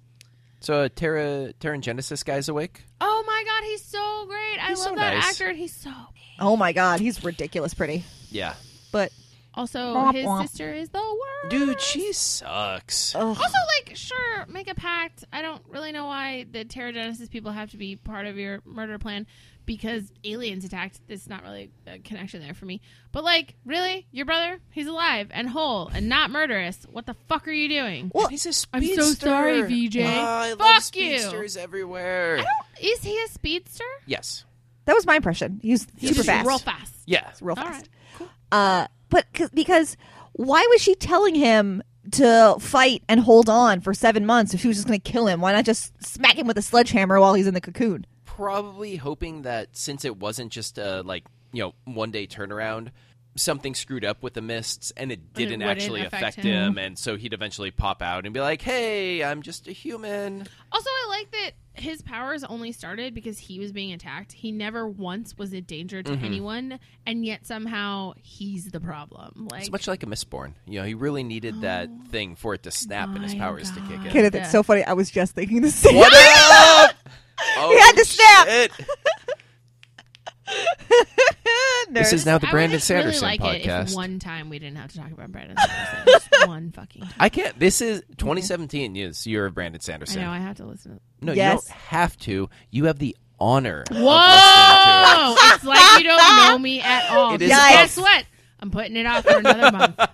S2: So uh, Terra Terran Genesis guy's awake.
S4: oh my god, he's so great. I
S2: He's
S4: love
S2: so
S4: that
S2: nice.
S4: actor. and He's so.
S3: Oh my god, he's ridiculous pretty.
S2: Yeah.
S3: But
S4: Also,
S3: Womp
S4: his
S3: womp.
S4: sister is the worst.
S2: Dude, she sucks.
S3: ugh.
S4: Also, like, sure, make a pact. I don't really know why the pterogenesis people have to be part of your murder plan because aliens attacked. There's not really a connection there for me. But, like, really? Your brother? He's alive and whole and not murderous. What the fuck are you doing?
S3: well,
S2: He's a
S4: I'm
S2: speedster.
S4: so sorry, VJ.
S2: Ah, I love
S4: Fuck you.
S2: speedsters everywhere.
S4: I don't- Is he a speedster?
S2: Yes.
S3: That was my impression. He was
S4: He's
S3: super
S4: just
S3: fast.
S4: Real fast.
S2: Yeah.
S3: Real
S4: All
S3: fast.
S4: right.
S3: Uh, but c- because why was she telling him to fight and hold on for seven months if she was just going to kill him? Why not just smack him with a sledgehammer while he's in the cocoon?
S4: Oh,
S2: probably hoping that since it wasn't just a like you know one day turnaround something screwed up with the mists and it didn't
S4: wouldn't
S2: actually affect
S4: affect him.
S2: him. and so he'd eventually pop out and be like hey i'm just a human
S4: Also, I like that his powers only started because he was being attacked. He never once was a danger
S3: Mm-hmm.
S4: to anyone, and yet somehow he's the problem. Like Oh
S2: It's much like a Mistborn. You know, he really needed that thing for it to snap and his
S4: my
S2: powers to kick
S4: God.
S2: in.
S4: Kid-
S3: Kenneth, it's so funny. I was just thinking the same.
S2: What up? Oh,
S3: had to snap.
S2: shit. This
S3: Nerd.
S2: is now the
S4: I would
S2: Brandon
S4: just really
S2: Sanderson
S4: like it
S2: podcast.
S4: if one time we didn't have to talk about Brandon Sanderson. Just one fucking time.
S2: I can't. This is 2017. Yes, you're a Brandon
S4: Mm-hmm. I
S2: Sanderson.
S4: know I have to listen. to
S2: no, you
S3: Yes.
S2: don't have to. You have the honor. of listening to
S4: Whoa! it's like you don't know me at all.
S2: It is
S4: Because guess
S2: tough.
S4: what? I'm putting it off for another month.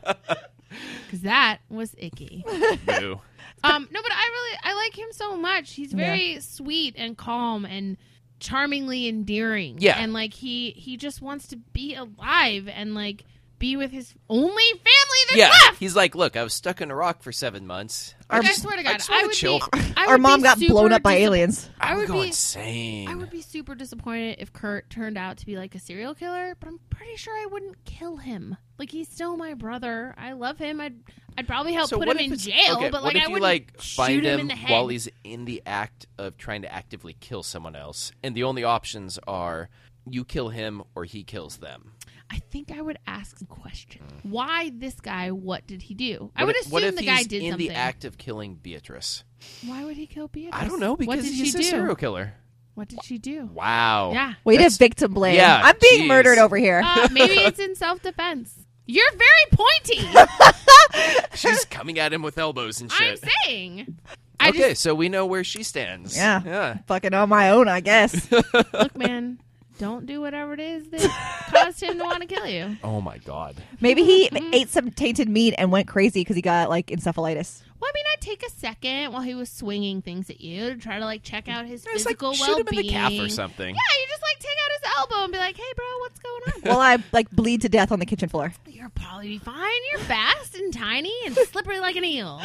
S4: Because that was icky.
S2: it. Boo.
S4: Um, no, but I really I like him so much. He's very sweet and calm and charmingly endearing.
S2: Yeah.
S4: and like he he just wants to be alive and like be with his only family that's
S2: Yeah,
S4: left.
S2: he's like, look, I was stuck in Iraq for seven months. I
S4: Like, I
S2: just-
S4: swear to
S2: I
S4: God,
S2: just
S4: I,
S2: wanna
S4: would
S2: chill.
S4: be. I
S3: Our
S4: would
S3: mom
S4: be
S3: got blown
S4: super
S3: up by
S4: disappointed-
S3: aliens.
S4: I would
S2: go
S4: be.
S2: insane.
S4: I would be super disappointed if Kurt turned out to be like a serial killer, but I'm pretty sure I wouldn't kill him. Like he's still my brother. I love him. I'd I'd probably help
S2: So
S4: put
S2: what
S4: him
S2: if
S4: in
S2: it's-
S4: jail,
S2: okay,
S4: but
S2: what
S4: like
S2: if
S4: I
S2: you,
S4: wouldn't
S2: like
S4: shoot
S2: find
S4: him,
S2: him,
S4: in the head.
S2: while he's in the act of trying to actively kill someone else, and the only options are you kill him or he kills them.
S4: I think I would ask some questions. Why this guy? What did he do? I would
S2: if-
S4: assume
S2: what if
S4: the
S2: he's
S4: guy did
S2: in
S4: something.
S2: the act of killing Beatrice.
S4: Why would he kill Beatrice?
S2: I don't know
S4: what
S2: because
S4: did
S2: he's
S4: she
S2: a
S4: do?
S2: serial killer.
S4: What did she do?
S2: Wow.
S4: Yeah,
S3: Way to
S2: That's-
S3: victim blame.
S2: Yeah,
S3: I'm being
S2: jeez.
S3: murdered over here.
S4: uh, maybe it's in self defense. You're very pointy.
S2: She's coming at him with elbows and
S4: I'm
S2: shit.
S4: saying. I
S2: okay, so we know where she stands.
S3: Yeah.
S2: Yeah.
S3: Fucking on my own, I guess.
S4: just look, man. Don't do whatever it is that caused him to want to kill you.
S2: Oh my god.
S3: Maybe he
S2: Mm-hmm.
S3: ate some tainted meat and went crazy because he got like encephalitis.
S4: Well, I mean, I'd take a second while he was swinging things at you to try to like check out his
S2: It's like
S4: physical
S2: shoot him
S4: well-being.
S2: in the calf or something.
S4: Yeah, you just like take out his elbow and be like, "Hey, bro, what's going on?"
S3: Well, I like bleed to death on the kitchen floor.
S4: You're probably be fine. You're fast and tiny and slippery like an eel.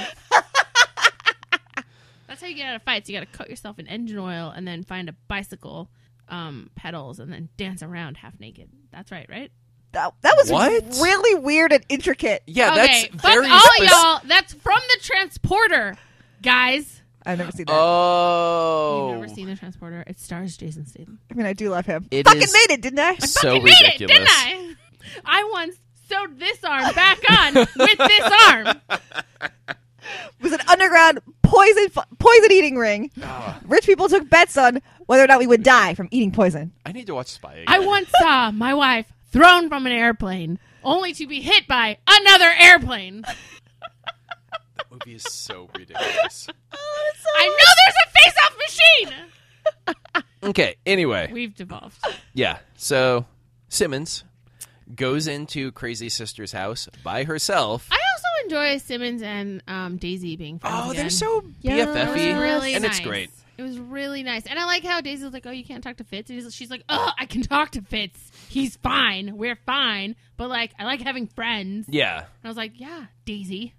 S4: That's how you get out of fights. You got to coat yourself in engine oil and then find a bicycle um, pedals and then dance around half naked. That's right, right?
S3: That, that was
S2: What?
S3: really weird and intricate.
S2: Yeah,
S4: okay,
S2: that's
S4: fuck
S2: very
S4: all
S2: spec-
S4: y'all. That's from the transporter, guys.
S3: I've never seen
S2: Uh,
S3: that.
S2: Oh.
S4: You've never seen the transporter. It stars Jason Statham.
S3: I mean, I do love him.
S2: It
S3: Fucking
S2: is-
S3: made it, didn't I?
S2: so
S4: Fucking
S2: ridiculous.
S4: made it, didn't I? I once sewed this arm back on with this arm.
S3: It was an underground poison fu- poison eating ring.
S2: Ah.
S3: Rich people took bets on whether or not we would die from eating poison.
S2: I need to watch Spy again.
S4: I once saw my wife thrown from an airplane only to be hit by another airplane.
S2: that movie is so ridiculous.
S4: I know there's a face off machine!
S2: okay, anyway.
S4: We've devolved.
S2: Yeah. So Simmons goes into Crazy Sister's house by herself.
S4: I also enjoy Simmons and um, Daisy being friends.
S2: oh,
S4: again.
S2: they're so
S3: Yeah.
S4: It was
S2: BFFy.
S4: really
S2: and
S4: nice.
S2: it's great.
S4: It was really nice. And I like how Daisy was like, oh, you can't talk to Fitz. And he's, she's like, oh, I can talk to Fitz. He's fine. We're fine. But, like, I like having friends. And
S2: Yeah.
S4: I was like, yeah, Daisy.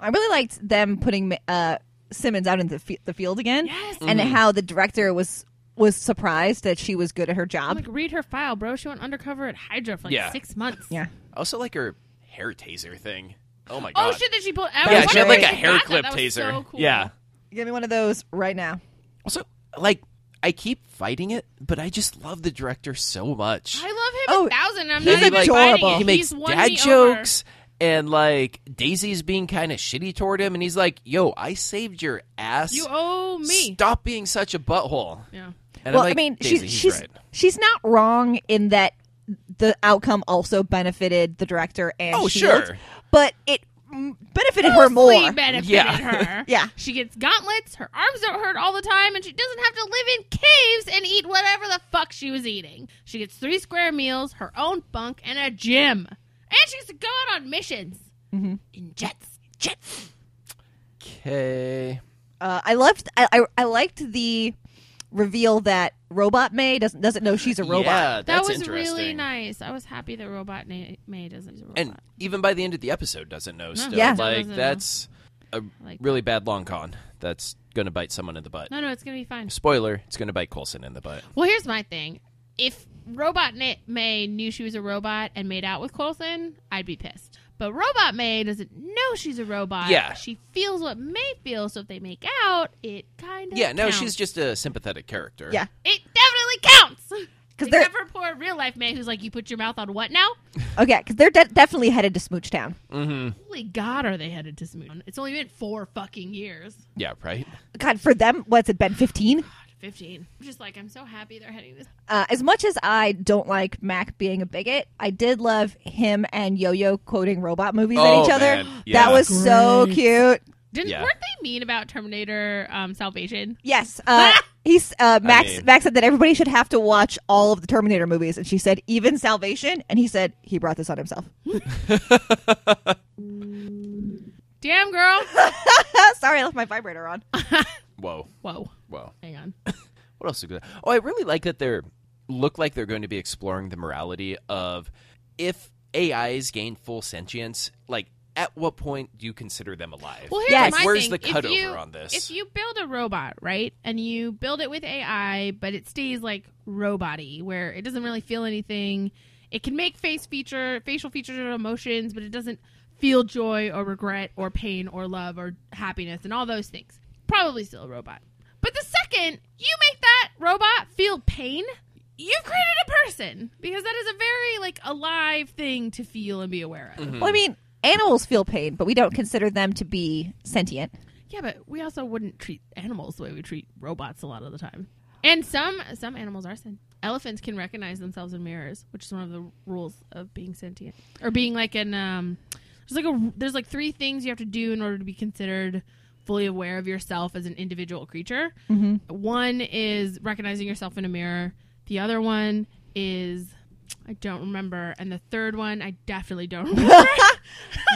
S3: I really liked them putting uh, Simmons out into the, fe- the field again,
S4: Yes.
S3: and
S2: Mm-hmm.
S3: how the director was was surprised that she was good at her
S2: Oh
S4: I'm
S3: job.
S4: like, read her file, bro. She went undercover at Hydra for like
S2: Yeah.
S4: six months.
S3: yeah,
S2: I also like her hair taser thing. Oh my
S4: Oh
S2: god.
S4: shit! That she pulled.
S2: yeah,
S3: was
S2: she had like a
S3: wondering if
S2: hair clip taser. Yeah.
S3: give me one of those right now.
S2: Also, like I keep fighting it, but I just love the director so much.
S4: I love him
S3: Oh,
S4: a thousand. I'm
S3: he's
S4: not even
S3: adorable.
S4: fighting it.
S2: He makes
S4: He's won
S2: dad
S4: me over.
S2: jokes and like Daisy's being kind of shitty toward him and he's like, "Yo, I saved your ass.
S4: You owe me.
S2: Stop being such a butthole."
S4: Yeah.
S2: And
S3: Well,
S2: I'm like,
S3: I mean,
S2: Daisy,
S3: she's
S2: he's
S3: she's
S2: right.
S3: she's not wrong in that the outcome also benefited the director and
S2: Oh,
S3: Shield,
S2: sure.
S3: but it mm, benefited her
S4: Mostly
S3: more.
S4: benefited
S2: Yeah.
S4: her.
S3: Yeah.
S4: She gets gauntlets. Her arms don't hurt all the time, and she doesn't have to live in caves and eat whatever the fuck she was eating. She gets three square meals, her own bunk, and a gym, and she gets to go out on missions
S2: Mm-hmm.
S4: in jets. Jets.
S2: Okay.
S3: Uh, I loved. I, I I liked the reveal that Robot May doesn't doesn't know she's a robot.
S2: Yeah,
S4: That
S2: that's
S4: was
S2: interesting.
S4: really nice. I was happy that Robot Na- May doesn't use a robot.
S2: And even by the end of the episode, doesn't know. Still,
S3: Yeah.
S4: Still
S2: like
S4: doesn't know.
S2: that's a
S4: like
S2: really bad long con. That's gonna bite someone in the butt.
S4: no, no, it's gonna be fine.
S2: Spoiler: It's gonna bite Coulson in the butt.
S4: Well, here's my thing. If Robot Na- May knew she was a robot and made out with Coulson, I'd be pissed. But Robot May doesn't know she's a robot.
S2: Yeah.
S4: She feels what May feels, so if they make out, it kind of
S2: Yeah, no, she's just a sympathetic character.
S3: Yeah.
S4: It definitely counts.
S3: 'Cause they're-
S4: Except for poor real life May who's like, You put your mouth on what now?
S3: Okay, because they're de- definitely headed to Smooch Town.
S4: Holy God, are they headed to Smoon? It's only been four fucking years.
S2: Yeah, right?
S3: God, for them, what's it been, 15?
S4: 15. I'm just like, I'm so happy they're heading this.
S3: Uh, as much as I don't like Mac being a bigot, I did love him and Yo Yo quoting robot movies at
S2: Oh,
S3: each other.
S2: man. Yeah.
S3: That was so
S4: Great.
S3: cute.
S4: Didn't,
S2: Yeah.
S4: Weren't they mean about Terminator um, Salvation?
S3: Yes, uh, he's uh, Max.
S2: mean-
S3: Max said that everybody should have to watch all of the Terminator movies, and she said even Salvation, and he said he brought this on himself.
S4: Damn, girl.
S3: Uh, Sorry, I left my vibrator on.
S2: Whoa.
S4: Whoa.
S2: Whoa.
S4: Hang on.
S2: What else is good? Oh, I really like that they're look like they're going to be exploring the morality of if AIs gain full sentience, like at what point do you consider them alive?
S4: Well, here's
S3: Yes.
S4: my
S2: Where's
S4: thing.
S2: the
S4: If you-
S2: cutover on this?
S4: If you build a robot, right, and you build it with AI, but it stays like robot-y, where it doesn't really feel anything. It can make face feature, facial features, or emotions, but it doesn't feel joy or regret or pain or love or happiness and all those things. Probably still a robot. But the second you make that robot feel pain, you've created a person because that is a very like alive thing to feel and be aware of.
S3: Well, I mean, animals feel pain, but we don't consider them to be sentient.
S4: Yeah, but we also wouldn't treat animals the way we treat robots a lot of the time. And some some animals are sentient. Elephants can recognize themselves in mirrors, which is one of the rules of being sentient or being like an um. There's like a there's like three things you have to do in order to be considered fully aware of yourself as an individual creature. One is recognizing yourself in a mirror. The other one is I don't remember, and the third one I definitely don't remember.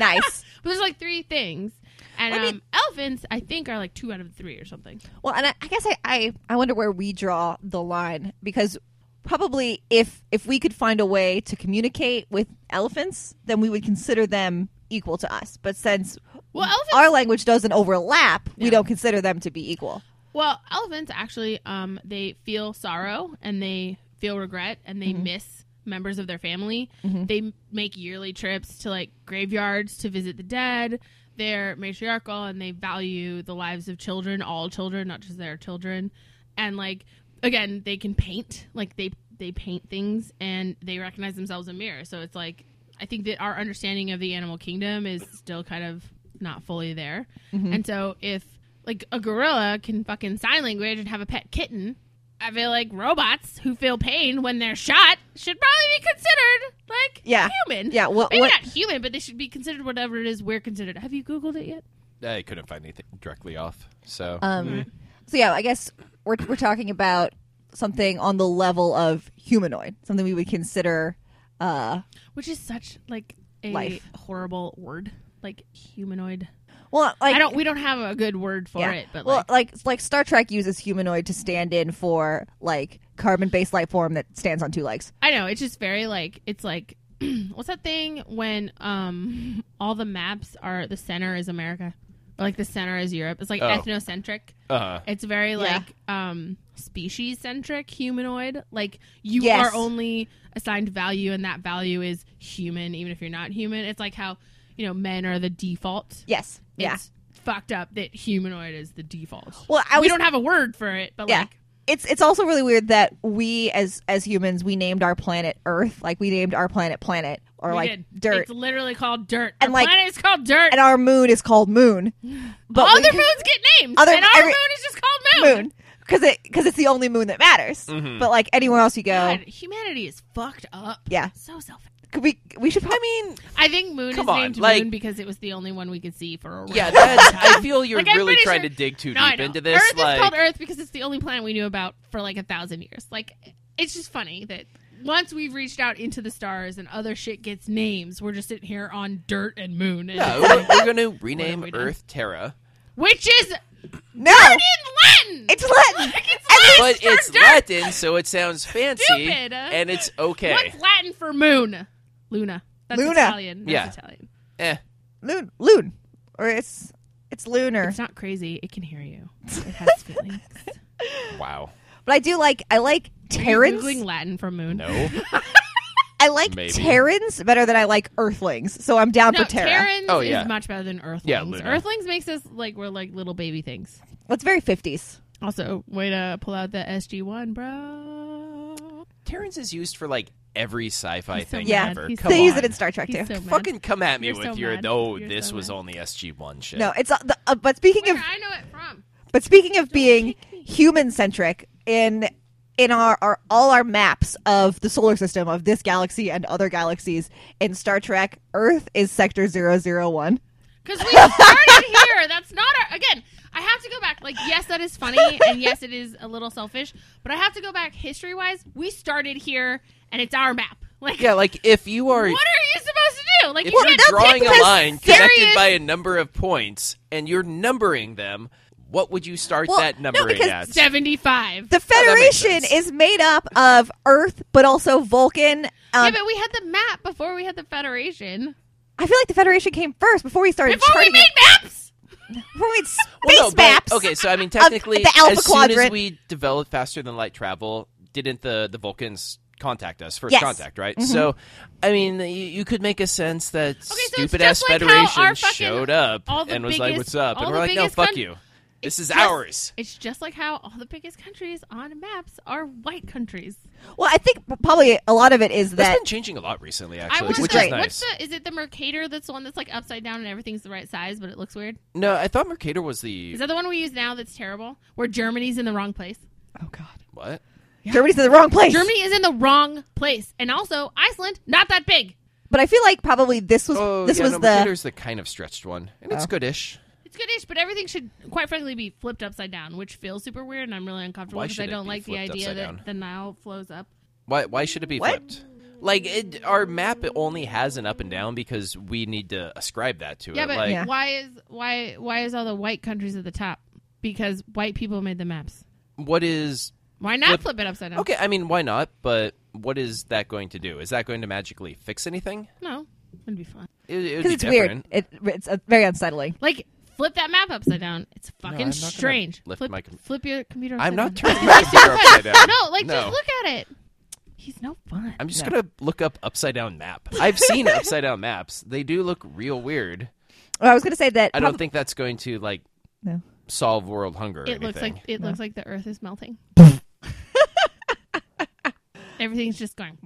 S3: Nice.
S4: But there's like three things. And
S3: Let me-
S4: um, elephants, I think, are like two out of three or something.
S3: Well, and I, I guess I, I, I wonder where we draw the line because probably if if we could find a way to communicate with elephants, then we would consider them equal to us. But since
S4: Well, elephants-
S3: our language doesn't overlap, we don't consider them to be equal.
S4: Well, elephants actually, um, they feel sorrow and they feel regret and they miss members of their family. They m- make yearly trips to like graveyards to visit the dead. They're matriarchal and they value the lives of children, all children, not just their children. And like again, they can paint. Like they they paint things and they recognize themselves in mirrors. So it's like I think that our understanding of the animal kingdom is still kind of not fully there. And so if like a gorilla can fucking sign language and have a pet kitten. I feel like robots who feel pain when they're shot should probably be considered like
S3: Yeah.
S4: human.
S3: Yeah, well,
S4: maybe
S3: what-
S4: not human, but they should be considered whatever it is we're considered. Have you googled it yet?
S2: I couldn't find anything directly off. So
S4: Uh,
S3: Um,
S4: Mm-hmm.
S3: So yeah, I guess we're we're talking about something on the level of humanoid, something we would consider. Uh,
S4: Which is such like a
S3: Life.
S4: horrible word, like humanoid.
S3: well, like
S4: I don't. We don't have a good word for
S3: yeah.
S4: it, but
S3: well,
S4: like,
S3: like like Star Trek uses humanoid to stand in for like carbon-based life form that stands on two legs.
S4: I know it's just very like it's like what's that thing when um all the maps are the center is America, or like the center is Europe. It's like
S2: Oh.
S4: ethnocentric.
S2: uh,
S4: It's very
S3: Yeah.
S4: like um species centric humanoid. Like you
S3: Yes.
S4: are only assigned value and that value is human even if you're not human. It's like how, you know, men are the default.
S3: Yes. Yeah.
S4: It's fucked up that humanoid is the default.
S3: Well, I
S4: we
S3: was-
S4: don't have a word for it, but
S3: Yeah.
S4: like
S3: It's it's also really weird that we as as humans we named our planet Earth, like we named our planet planet or
S4: we
S3: like
S4: did.
S3: dirt,
S4: It's literally called dirt.
S3: And,
S4: And
S3: like-
S4: planet is called dirt.
S3: and our moon is called Moon. But we-
S4: other moons get names.
S3: Other-
S4: and our
S3: every-
S4: moon is just called moon.
S3: moon because it because it's the only moon that matters. But like anywhere else you go,
S4: God, humanity is fucked up.
S3: Yeah.
S4: So selfish.
S3: could we we should probably
S2: I mean,
S4: I think Moon
S2: Come
S4: is
S2: on,
S4: named
S2: like-
S4: Moon because it was the only one we could see for a real
S2: yeah,
S4: long
S2: that's,
S4: time.
S2: I feel you're
S4: Like, I'm
S2: really
S4: pretty
S2: trying
S4: sure-
S2: to dig too
S4: No, I
S2: deep
S4: know.
S2: into this.
S4: Earth
S2: like,
S4: is called Earth because it's the only planet we knew about for like a thousand years. Like, it's just funny that once we've reached out into the stars and other shit gets names, we're just sitting here on dirt and moon, and
S2: yeah, we're, we're going to
S4: What have
S2: rename
S4: we done?
S2: Earth Terra,
S4: which is
S3: no.
S4: in Latin.
S3: It's Latin.
S4: Like, it's
S3: And
S2: but
S4: Latin for
S2: it's
S4: dirt.
S2: Latin, so it sounds fancy,
S4: Stupid.
S2: and it's okay.
S4: What's Latin for moon? Luna. That's
S3: Luna.
S4: Italian. That's
S2: Yeah.
S4: Italian.
S2: Eh.
S3: Loon, loon, or it's it's lunar.
S4: It's not crazy. It can hear you. It has feelings.
S2: Wow.
S3: but I do like I like
S4: Are you
S3: Terrans.
S4: Googling Latin for moon.
S2: No.
S3: I like
S2: Maybe.
S3: Terrans better than I like Earthlings, so I'm down
S4: No,
S3: for Terra.
S4: Terrans
S2: Oh, yeah.
S4: is much better than Earthlings.
S2: Yeah, Luna.
S4: Earthlings makes us like we're like little baby things.
S3: That's very 50s.
S4: Also, way to pull out the SG one, bro.
S2: Terrans is used for like every sci-fi
S4: He's so
S2: thing
S3: mad.
S2: ever.
S4: He's
S2: Come
S3: they
S2: on.
S3: use it in Star Trek
S4: He's
S3: too.
S4: so mad.
S2: Fucking come at me
S4: You're
S2: with
S4: so
S2: your
S4: mad.
S2: no.
S4: You're
S2: this
S4: so
S2: was
S4: mad.
S2: only SG one shit.
S3: no, it's uh, the, uh, but speaking
S4: Where
S3: of
S4: I know it from.
S3: But speaking of being human centric in in our, our all our maps of the solar system of this galaxy and other galaxies in Star Trek, Earth is sector 001.
S4: Because we started here. That's not our. Again, I have to go back. Like, yes, that is funny, and yes, it is a little selfish, but I have to go back history wise. We started here, and it's our map. Like,
S2: Yeah, like if you are
S4: what are you supposed to do? Like,
S2: if
S4: you
S2: you're
S4: can't
S2: drawing
S4: pick
S2: a
S4: the
S2: line
S4: serious-
S2: connected by a number of points and you're numbering them, what would you start
S3: Well,
S2: that
S3: no,
S2: numbering
S3: because
S2: at?
S4: 75.
S3: The
S2: Oh, that makes
S3: Federation
S2: sense.
S3: is made up of Earth, but also Vulcan.
S4: yeah,
S3: Um,
S4: but we had the map before we had the Federation.
S3: I feel like the Federation came first before we started
S4: Before
S3: charting
S4: we made
S3: it.
S4: maps!
S3: Before we had space
S2: Well, no, but-
S3: maps.
S2: okay, so I mean, technically,
S3: the Alpha
S2: as soon as
S3: Quadrant.
S2: we developed faster than light travel, didn't the the Vulcans contact us first
S3: Yes. Mm-hmm.
S2: contact, right? So, I mean, you, you could make a sense that
S4: it's
S2: stupid ass
S4: just like how
S2: Federation
S4: our fucking-
S2: showed up
S4: all the
S2: and was like, "What's
S4: biggest-
S2: up?"
S4: all
S2: and we're
S4: the
S2: like, "No,
S4: biggest
S2: fuck
S4: con-
S2: you. This is
S4: just-
S2: ours."
S4: It's just like how all the biggest countries on maps are white countries.
S3: Well, I think probably a lot of it is
S2: That's
S3: that
S2: been changing a lot recently,
S4: I
S2: actually,
S4: want
S2: which
S4: the,
S2: is
S4: What's
S2: nice.
S4: the? Is it the Mercator? That's the one that's like upside down and everything's the right size, but it looks weird.
S2: No, I thought Mercator was the
S4: Is that the one we use now? That's terrible. Where Germany's in the wrong place.
S3: oh god,
S2: what?
S3: Germany's in the wrong place.
S4: Germany is in the wrong place, and also Iceland not that big.
S3: but I feel like probably this was
S2: Oh,
S3: this
S2: yeah,
S3: was
S2: no,
S3: the
S2: Mercator's the kind of stretched one, and it's
S3: Oh.
S2: goodish.
S4: It's goodish, but everything should, quite frankly, be flipped upside down, which feels super weird, and I'm really uncomfortable
S2: Why
S4: because
S2: should
S4: I
S2: it
S4: don't
S2: be
S4: like the
S2: flipped
S4: idea
S2: upside
S4: that
S2: down?
S4: the Nile flows up.
S2: Why? Why should it be
S3: What?
S2: flipped? Like it, our map only has an up and down because we need to ascribe that to
S4: yeah,
S2: it.
S4: but
S2: like,
S3: Yeah.
S4: why is why why is all the white countries at the top? Because white people made the maps.
S2: what is?
S4: Why not
S2: Flip-
S4: flip it upside down?
S2: Okay, I mean, why not? But what is that going to do? Is that going to magically fix anything?
S4: No, it'd be fun.
S2: It, it would
S3: because
S2: be
S3: it's
S2: different.
S3: weird. It, it's uh, very unsettling.
S4: Like flip that map upside down. It's
S2: I'm not
S4: fucking
S2: gonna
S4: strange.
S2: lift
S4: flip,
S2: my com-
S4: flip your computer. Upside
S2: I'm not
S4: down.
S2: turning my computer upside down.
S4: no, like
S2: no.
S4: just look at it. He's no fun.
S2: I'm just
S3: No.
S2: gonna look up upside down map. I've seen upside down maps. They do look real weird.
S3: Well, I was going to say that
S2: I don't think that's going to like
S3: No.
S2: solve world hunger. Or
S4: it looks
S2: anything.
S4: like it looks like the Earth is melting. Everything's just going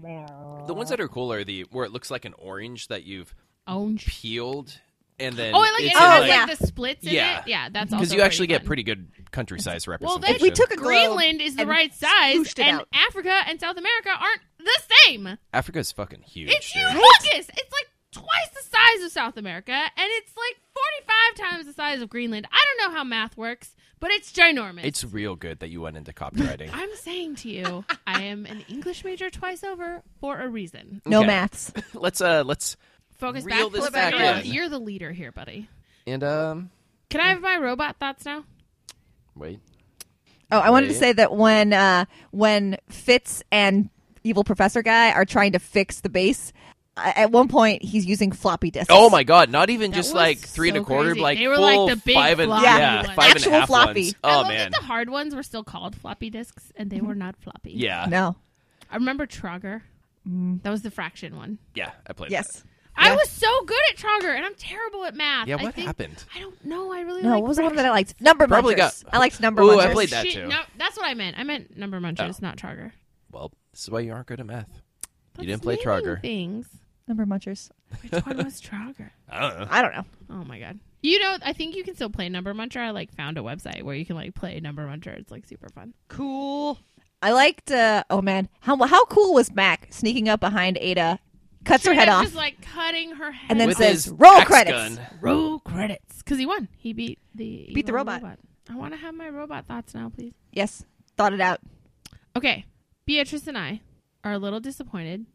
S2: the ones that are cool are the where it looks like an orange that you've
S4: orange.
S2: peeled and then
S4: Oh, I like it.
S2: it's
S4: It
S2: in,
S3: Oh,
S4: has,
S2: like,
S3: yeah.
S4: like the splits in
S2: Yeah.
S4: it. Yeah, that's
S2: because
S4: also
S2: you actually
S4: pretty
S2: get
S4: fun.
S2: pretty good country size
S4: Well,
S2: representation.
S4: then-
S3: If we took a globe
S4: Greenland is the
S3: and
S4: right size,
S3: smooshed it
S4: and
S3: out.
S4: Africa and South America aren't the same.
S2: Africa's fucking huge.
S4: It's
S2: dude.
S4: humongous. It's like twice the size of South America, and it's like 45 times the size of Greenland. I don't know how math works, but it's ginormous.
S2: It's real good that you went into copywriting.
S4: I'm saying to you, I am an English major twice over for a reason.
S3: no
S2: Okay.
S3: maths.
S2: let's uh let's
S4: Focus
S2: Reel
S4: back.
S2: this
S4: flip
S2: back
S4: around.
S2: in.
S4: You're the leader here, buddy.
S2: and um
S4: Can I have my robot thoughts now?
S2: wait.
S3: Oh, I wanted to
S2: Right.
S3: say that when uh, when Fitz and evil professor guy are trying to fix the base, uh, at one point he's using floppy disks.
S2: Oh my god, not even
S4: That
S2: just
S4: was
S2: like three and a
S4: so
S2: quarter,
S4: crazy.
S2: like
S4: They were, like,
S2: full
S4: the big
S2: five and
S4: floppy
S2: yeah,
S4: ones.
S2: five and a
S3: Actual
S2: half
S3: floppy.
S2: ones.
S4: I
S2: Oh
S4: love
S2: man.
S4: that the hard ones were still called floppy disks, and they were not floppy.
S2: yeah.
S3: No.
S4: I remember Trogger. That was the fraction one.
S2: Yeah, I played that.
S3: Yes.
S4: I was so good at Trogger, and I'm terrible at math.
S2: Yeah,
S4: I
S2: what
S4: think-
S2: happened?
S4: I don't know. I really
S3: No,
S4: like
S3: what was the one that I
S4: fractions.
S3: liked? Number
S2: Probably
S3: munchers.
S2: got-
S3: I liked number
S2: Ooh,
S3: munchers.
S2: I played that
S4: Shit,
S2: too. Oh.
S4: No, that's what I meant. I meant number munchers, not Trogger.
S2: Well, this is why you aren't good at math.
S4: That's
S2: didn't play
S4: naming
S2: Trogger.
S4: Things.
S3: Number munchers.
S4: Which one was Trogger?
S2: I don't know.
S3: I don't know.
S4: Oh my god. You know, I think you can still play Number Muncher. I like found a website where you can like play Number Muncher. It's like super fun.
S3: Cool. I liked. Uh, oh man, how how cool was Mac sneaking up behind Ada, cuts her
S4: Straight
S3: head
S4: up
S3: off,
S4: Just like cutting her head.
S3: and then
S2: With
S3: says,
S2: his
S3: "Roll
S2: axe
S3: credits."
S2: gun.
S4: roll credits because he won. He beat the
S3: Beat the
S4: evil
S3: robot.
S4: I want to have my robot thoughts now, please.
S3: Yes, thought it out.
S4: Okay, Beatrice and I are a little disappointed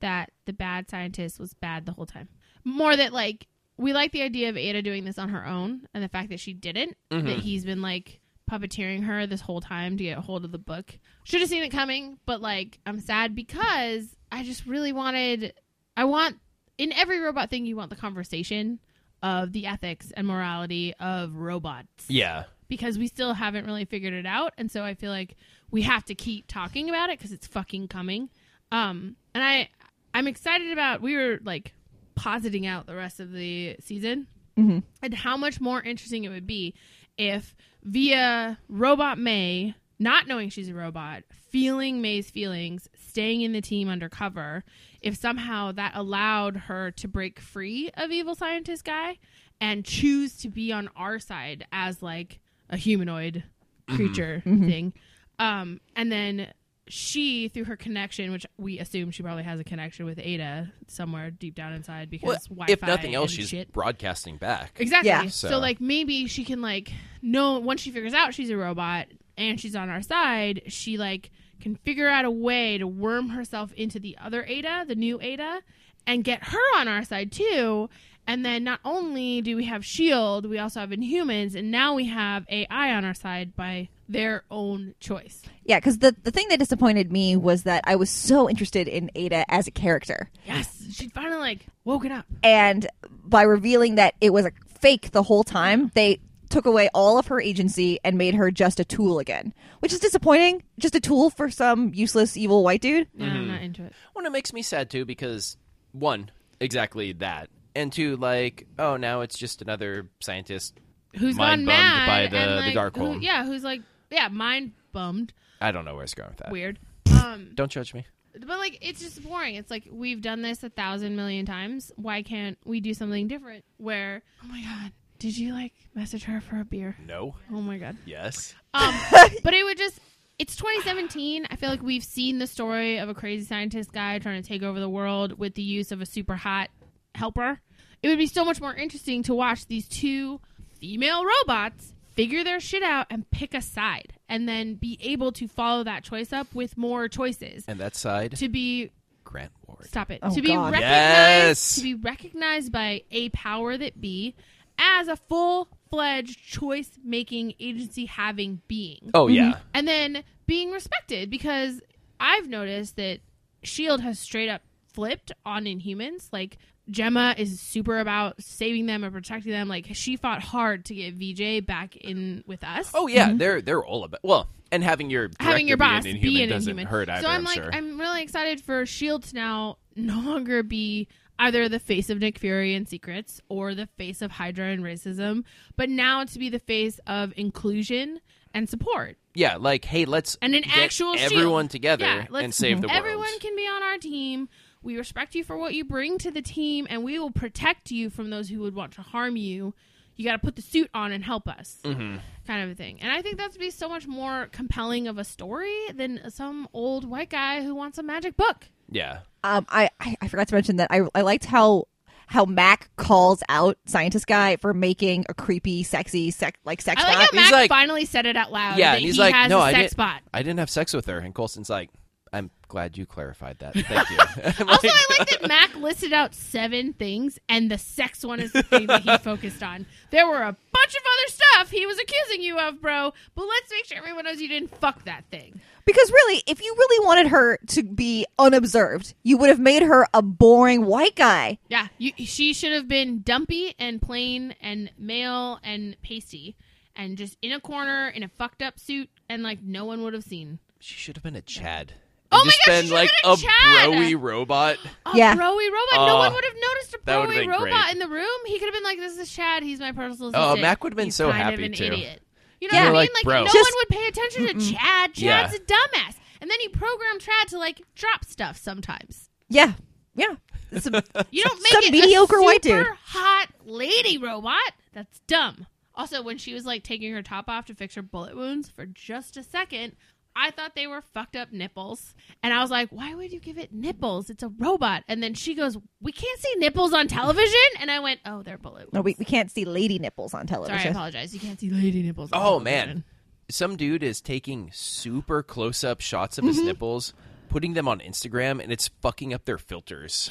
S4: that the bad scientist was bad the whole time. More that like we like the idea of Ada doing this on her own, and the fact that she didn't. That he's been like puppeteering her this whole time to get a hold of the book. Should have seen it coming, but like I'm sad because I just really wanted. I want in every robot thing you want the conversation of the ethics and morality of robots
S2: Yeah.
S4: because we still haven't really figured it out and so i feel like we have to keep talking about it because it's fucking coming um and i I'm excited about. We were like positing out the rest of the season and how much more interesting it would be if via robot May, not knowing she's a robot, feeling May's feelings, staying in the team undercover, if somehow that allowed her to break free of evil scientist guy and choose to be on our side as like a humanoid
S2: Mm-hmm.
S4: creature thing. Um, and then she, through her connection, which we assume she probably has a connection with Ada somewhere deep down inside
S2: Well,
S4: because Wi-Fi
S2: if nothing else,
S4: and
S2: she's
S4: shit.
S2: broadcasting back.
S4: Exactly.
S3: Yeah.
S4: So.
S2: So-
S4: like maybe she can like know once she figures out she's a robot and she's on our side, she like can figure out a way to worm herself into the other Ada, the new Ada, and get her on our side too. And then not only do we have Shield, E we also have Inhumans, and now we have AI on our side by their own choice.
S3: Yeah, because the, the thing that disappointed me was that I was so interested in Ada as a character.
S4: Yes, she finally like woken up.
S3: And by revealing that it was a fake the whole time, they took away all of her agency and made her just a tool again, which is disappointing. Just a tool for some useless, evil white dude.
S4: No,
S2: Mm-hmm.
S4: I'm not into it.
S2: Well, it makes me sad too because one, exactly that, and two, like, oh, now it's just another scientist.
S4: Who's
S2: Mind bummed
S4: gone mad
S2: by the-
S4: and,
S2: the
S4: like,
S2: dark
S4: who-
S2: hole.
S4: yeah, who's like yeah, mind bummed.
S2: I don't know where it's going with that.
S4: Weird. Um
S2: Don't judge me.
S4: But like, it's just boring. It's like we've done this a thousand million times. Why can't we do something different? Where? Oh my god! Did you like message her for a beer?
S2: No.
S4: Oh my god!
S2: Yes.
S4: Um, but it would just. It's 2017. I feel like we've seen the story of a crazy scientist guy trying to take over the world with the use of a super hot helper. It would be so much more interesting to watch these two female robots figure their shit out and pick a side and then be able to follow that choice up with more choices
S2: And that side,
S4: to be
S2: Grant Ward.
S4: Stop it.
S3: Oh,
S4: to be
S3: God.
S4: recognized
S2: Yes.
S4: to be recognized by a power that be as a full fledged choice making agency having being.
S2: Oh yeah.
S4: And then being respected because I've noticed that Shield E has straight up flipped on Inhumans. Like Gemma is super about saving them and protecting them. Like she fought hard to get VJ back in with us
S2: Oh yeah. They're they're all about well, and having your
S4: Mm-hmm. having
S2: director
S4: your boss
S2: be an
S4: be
S2: inhuman
S4: an
S2: doesn't
S4: inhuman.
S2: hurt either.
S4: so I'm, like,
S2: sure.
S4: I'm really excited for Shield E to now no longer be either the face of Nick Fury and secrets or the face of Hydra and racism, but now to be the face of inclusion and support.
S2: yeah, like hey, let's
S4: And an
S2: get
S4: actual shield.
S2: everyone together
S4: Yeah, let's-
S2: and save the world.
S4: Everyone can be on our team. We respect you for what you bring to the team, and we will protect you from those who would want to harm you. You got to put the suit on and help us,
S2: Mm-hmm.
S4: kind of a thing. And I think that'd be so much more compelling of a story than some old white guy who wants a magic book.
S2: Yeah.
S3: Um, I, I I forgot to mention that I I liked how how Mac calls out scientist guy for making a creepy, sexy, sex like sex
S4: I like
S3: bot.
S4: how Mac
S2: like-
S4: finally said it out loud.
S2: Yeah,
S4: Uh, that
S2: and he's
S4: he
S2: like,
S4: has
S2: "No,
S4: a
S2: I
S4: sex
S2: didn't-
S4: bot.
S2: I didn't have sex with her, and Colson's like, I'm glad you clarified that. Thank you. I'm
S4: Also,
S2: like-
S4: I like that Mac listed out seven things, and the sex one is the thing that he focused on. There were a bunch of other stuff he was accusing you of, bro. But let's make sure everyone knows you didn't fuck that thing.
S3: Because really, if you really wanted her to be unobserved, you would have made her a boring white guy.
S4: Yeah, you, she should have been dumpy and plain and male and pasty, and just in a corner in a fucked up suit, and like no one would have seen.
S2: She should have been a Chad.
S4: Oh
S2: And
S4: my
S2: just
S4: gosh, she
S2: been
S4: should
S2: like
S4: have been a Chad!
S2: broy robot.
S4: A
S3: Yeah.
S4: broy robot. no
S2: Oh,
S4: one would have noticed a
S2: that would have
S4: broy
S2: been
S4: robot
S2: great.
S4: in the room. He could have been like, "This is Chad. He's my personal
S2: Oh,
S4: assistant."
S2: Mac would have been
S4: He's
S2: so
S4: kind
S2: happy,
S4: of an
S2: too.
S4: Idiot. You know
S2: Yeah.
S4: what I mean?
S2: You're like,
S4: Like,
S2: bro.
S4: no
S3: Just-
S4: one would pay attention to Chad.
S2: Yeah.
S4: Chad's a dumbass. And then he programmed Chad to like drop stuff sometimes.
S3: Yeah, yeah. Some-
S2: Oh,
S4: You don't make
S3: Some
S4: it
S3: mediocre
S4: a
S3: white
S4: super
S3: dude.
S4: hot lady robot. That's dumb. Also, when she was like taking her top off to fix her bullet wounds for just a second, I thought they were fucked up nipples, and I was like, "Why would you give it nipples? It's a robot." And then she goes, "We can't see nipples on television," and I went, "Oh, they're bullet wounds."
S3: no, we, we can't see lady nipples on
S4: Sorry, I
S3: television.
S4: apologize. You can't see lady nipples. on
S2: Oh
S4: television.
S2: man, some dude is taking super close-up shots of his nipples, putting them on Instagram, and it's fucking up their filters,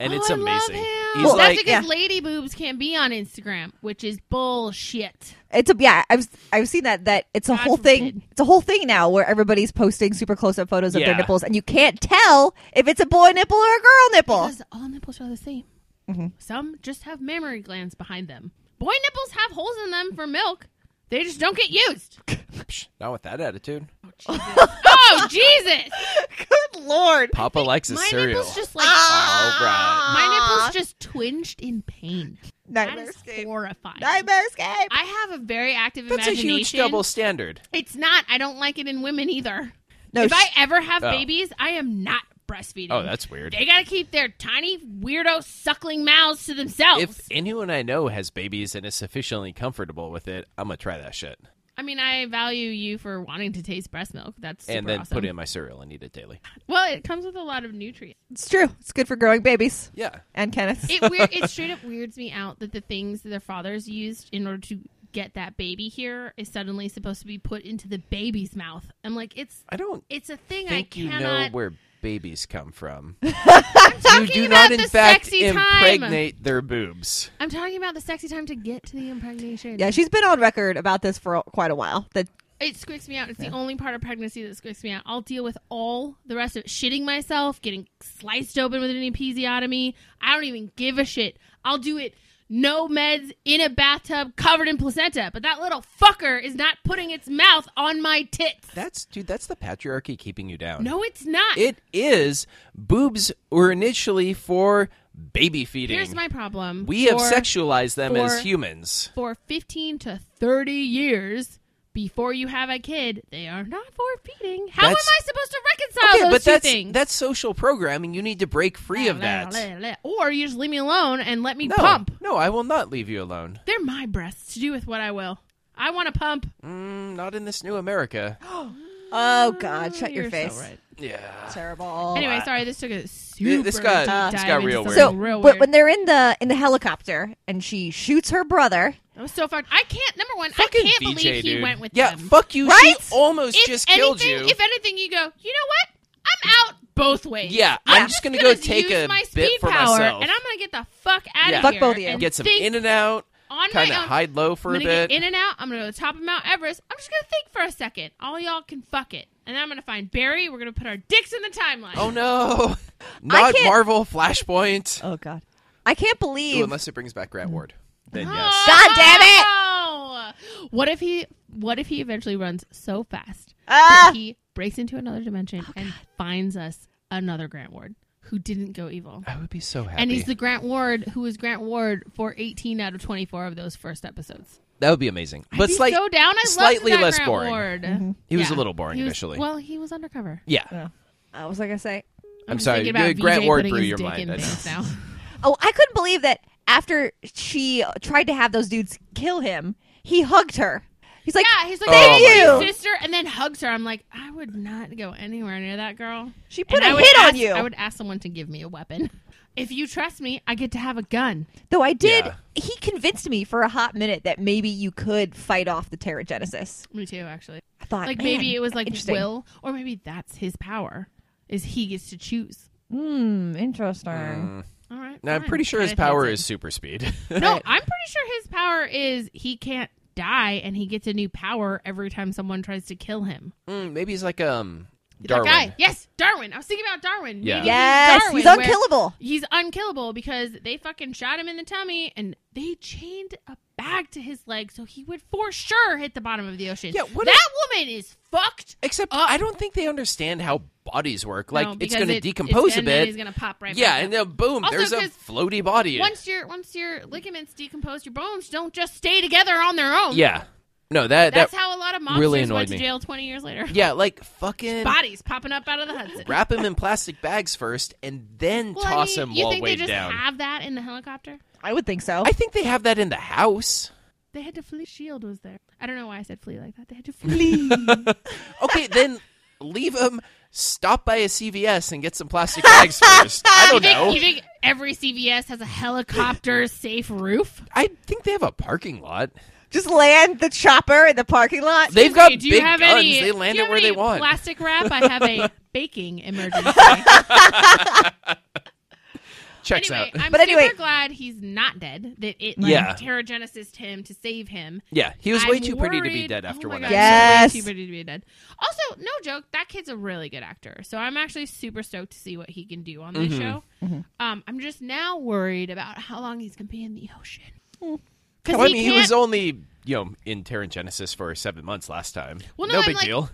S2: and
S4: Oh,
S2: it's
S4: I
S2: amazing.
S4: love him.
S2: He's
S4: That's
S2: like,
S4: because
S3: Yeah.
S4: lady boobs can't be on Instagram, which is bullshit.
S3: it's a yeah. I've I've seen that that it's a
S4: God
S3: whole thing.
S4: forbid.
S3: It's a whole thing now where everybody's posting super close up photos of
S2: Yeah.
S3: their nipples, and you can't tell if it's a boy nipple or a girl nipple.
S4: Because all nipples are the same.
S2: Mm-hmm.
S4: Some just have mammary glands behind them. Boy nipples have holes in them for milk. They just don't get used.
S2: Psh, not with that attitude.
S4: oh Jesus!
S3: Good lord.
S1: hard.
S2: Papa likes his
S4: My
S2: cereal.
S4: nipples just like
S2: All right.
S4: my nipples just twinged in pain. That
S1: Nightmare
S4: is
S1: Escape.
S4: horrifying.
S1: Nightmare Escape.
S4: I have a very active
S2: That's a
S4: imagination.
S2: huge double standard.
S4: It's not. I don't like it in women either.
S1: No,
S4: if
S1: sh-
S4: I ever have
S2: Oh.
S4: babies, I am not breastfeeding.
S2: Oh, that's weird.
S4: They gotta keep their tiny weirdo suckling mouths to themselves.
S2: If anyone I know has babies and is sufficiently comfortable with it, I'm gonna try that shit
S4: I mean, I value you for wanting to taste breast milk. That's super
S2: and then
S4: awesome.
S2: put it in my cereal and eat it daily.
S4: Well, it comes with a lot of nutrients.
S1: it's true. It's good for growing babies
S2: Yeah,
S1: and Kenneth.
S4: It weird. it straight up weirds me out that the things that their fathers used in order to get that baby here is suddenly supposed to be put into the baby's mouth. I'm like, it's
S2: I don't
S4: it's a thing I
S2: think you know
S4: cannot.
S2: where babies come from. you do not,
S4: about
S2: in
S4: the
S2: fact,
S4: sexy time.
S2: impregnate their boobs.
S4: I'm talking about the sexy time to get to the impregnation.
S1: yeah, she's been on record about this for quite a while. That
S4: It squicks me out. It's the only part of pregnancy that squicks me out. I'll deal with all the rest of it. Shitting myself, getting sliced open with an episiotomy. I don't even give a shit. I'll do it no meds in a bathtub covered in placenta. But that little fucker is not putting its mouth on my tits.
S2: That's dude. That's the patriarchy keeping you down.
S4: No, it's not.
S2: it is. Boobs were initially for baby feeding.
S4: Here's my problem.
S2: we have
S4: For-
S2: sexualized them as
S4: for-
S2: humans.
S4: For 15 to 30 years before you have a kid, they are not for feeding. How am
S2: That's-
S4: I supposed to reconcile those
S2: but
S4: two
S2: that's
S4: things?
S2: that's social programming. You need to break free of that.
S4: Or you just leave me alone and let me
S2: No,
S4: pump.
S2: no, I will not leave you alone.
S4: They're my breasts to do with what I will. I want to pump.
S2: Mm, not in this new America.
S1: oh god, shut your
S4: You're so
S1: face.
S4: right.
S2: Yeah.
S1: Terrible.
S4: Anyway,
S2: Oh, I-
S4: sorry, this took a super
S2: this got-
S4: deep
S2: this
S4: dive
S2: got
S4: into
S2: real weird.
S4: something
S1: So,
S4: real
S1: but
S4: weird.
S1: when they're in the in the helicopter and she shoots her brother,
S4: I was so fucked. I can't. Number one,
S2: Fucking
S4: I can't
S2: VJ,
S4: believe he
S2: dude.
S4: went with
S2: yeah,
S4: them.
S2: fuck you.
S1: Right?
S2: She almost
S4: if
S2: just
S4: anything,
S2: killed you.
S4: If anything, you go. You know what? I'm out both ways.
S2: yeah,
S1: Yeah.
S2: I'm just gonna go
S4: Just
S2: take
S4: use
S2: a
S4: my speed
S2: bit for
S4: power,
S2: myself.
S4: and I'm gonna get the fuck out
S2: Yeah.
S4: of
S2: Fuck
S4: here.
S1: both of you.
S4: and
S2: get some
S4: think
S2: in and out,
S4: on my
S2: kind of
S4: own.
S2: hide low for a
S4: I'm gonna
S2: bit.
S4: get in and out. I'm gonna go to the top of Mount Everest. I'm just gonna think for a second. All y'all can fuck it, and then I'm gonna find Barry. We're gonna put our dicks in the timeline.
S2: oh no, not
S1: can't-
S2: Marvel Flashpoint.
S1: oh god, I can't
S2: Ooh,
S1: believe.
S2: unless it brings back Rat Ward, then yes.
S1: God damn it!
S4: it! Oh. What if he? What if he eventually runs so fast
S1: Ah! Oh,
S4: that he breaks into another dimension and finds us another Grant Ward who didn't go evil?
S2: I would be so happy.
S4: And he's the Grant Ward who was Grant Ward for 18 out of 24 of those first episodes.
S2: that would be amazing.
S4: I'd
S2: but
S4: be
S2: slight,
S4: so down. I
S2: slightly
S4: loved that
S2: less
S4: Grant
S2: boring.
S4: Ward.
S1: Mm-hmm.
S2: He was a
S4: Yeah.
S2: little boring
S4: He was-
S2: initially.
S4: Well, he was undercover.
S2: yeah,
S1: I uh, was like I say.
S2: I'm,
S4: just
S2: sorry.
S4: thinking about
S2: Good Grant
S4: VJ
S2: Ward
S4: putting
S2: blew
S4: his
S2: your
S4: dick
S2: mind.
S4: in
S2: I know.
S4: things now.
S1: Oh, I couldn't believe that after she tried to have those dudes kill him, he hugged her. He's like,
S4: yeah, he's like,
S2: Thank
S4: "Hey,
S1: you."
S4: sister, and then hugs her. I'm like, I would not go anywhere near that girl.
S1: she
S4: And
S1: put
S4: I
S1: a
S4: would
S1: hit
S4: ask-
S1: on you.
S4: I would ask someone to give me a weapon. If you trust me, I get to have a gun.
S1: Though I did,
S2: Yeah.
S1: he convinced me for a hot minute that maybe you could fight off the Terra Genesis.
S4: Me too, actually.
S1: I thought,
S4: Like
S1: man,
S4: maybe it was like
S1: interesting.
S4: Will, or maybe that's his power, is he gets to choose.
S1: Hmm, interesting.
S2: Mm.
S4: All right.
S2: Now, I'm
S4: fine.
S2: pretty sure his
S4: Kinda
S2: power
S4: think
S2: is super speed.
S4: so. No, I'm pretty sure his power is he can't die and he gets a new power every time someone tries to kill him.
S2: Mm, maybe he's like um
S4: That
S2: Darwin.
S4: guy. Yes, Darwin. I was thinking about Darwin.
S2: Yeah.
S4: Maybe he's
S1: Yes, he's
S4: Darwin, where-
S1: unkillable.
S4: He's unkillable because they fucking shot him in the tummy and they chained a bag to his leg so he would for sure hit the bottom of the ocean.
S2: Yeah, what
S4: that woman is fucked.
S2: Except I don't think they understand how bodies work. Like
S4: Uh, No,
S2: it's
S4: because
S2: going to
S4: it-
S2: decompose
S4: it's-
S2: a
S4: and then
S2: bit.
S4: He's gonna pop right.
S2: yeah,
S4: back
S2: and
S4: up.
S2: then boom,
S4: Also,
S2: there's a
S4: 'cause
S2: floaty body. in it.
S4: once your once your ligaments decompose, your bones don't just stay together on their own.
S2: yeah, no that
S4: that's
S2: that
S4: how a lot of monsters
S2: really annoyed
S4: went to
S2: me.
S4: jail twenty years later.
S2: yeah like fucking
S4: Bodies popping up out of the Hudson.
S2: wrap him in plastic bags first and then
S4: Well, I
S2: toss
S4: mean,
S2: him
S4: you
S2: while
S4: think they
S2: weighed
S4: just
S2: down.
S4: have that in the helicopter?
S1: I would think so.
S2: I think they have that in the house.
S4: They had to flee. Shield was there. I don't know why I said flee like that. They had to flee.
S2: Okay, then leave him. Stop by a CVS and get some plastic bags first. I
S4: you,
S2: don't
S4: think,
S2: know.
S4: you think every CVS has a helicopter safe roof?
S2: I think they have a parking lot.
S1: Just land the chopper in the parking lot.
S2: They've got
S4: Hey, do
S2: big
S4: you have
S2: guns.
S4: any?
S2: they
S4: do
S2: land
S4: you
S2: it
S4: have
S2: where they
S4: any
S2: want.
S4: Plastic wrap. I have a baking emergency.
S2: Checks
S4: anyway,
S2: out.
S4: I'm
S1: But anyway-
S4: super glad he's not dead. That it
S2: Yeah.
S4: like, Terra Genesis him to save him.
S2: Yeah, he was way
S4: I'm
S2: too pretty to be
S4: worried-
S2: dead
S4: oh
S2: after
S4: my
S2: one
S4: God,
S2: episode.
S1: Yes.
S4: he's way too pretty to be dead. Also, no joke, that kid's a really good actor. So I'm actually super stoked to see what he can do on this
S2: Mm-hmm.
S4: show. Um, I'm just now worried about how long he's gonna be in the ocean. Because
S2: Well, I mean, Mm. he
S4: can't-
S2: was only you know in Terran Genesis for seven months last time.
S4: Well,
S2: no
S4: no, I'm
S2: big
S4: like-
S2: deal.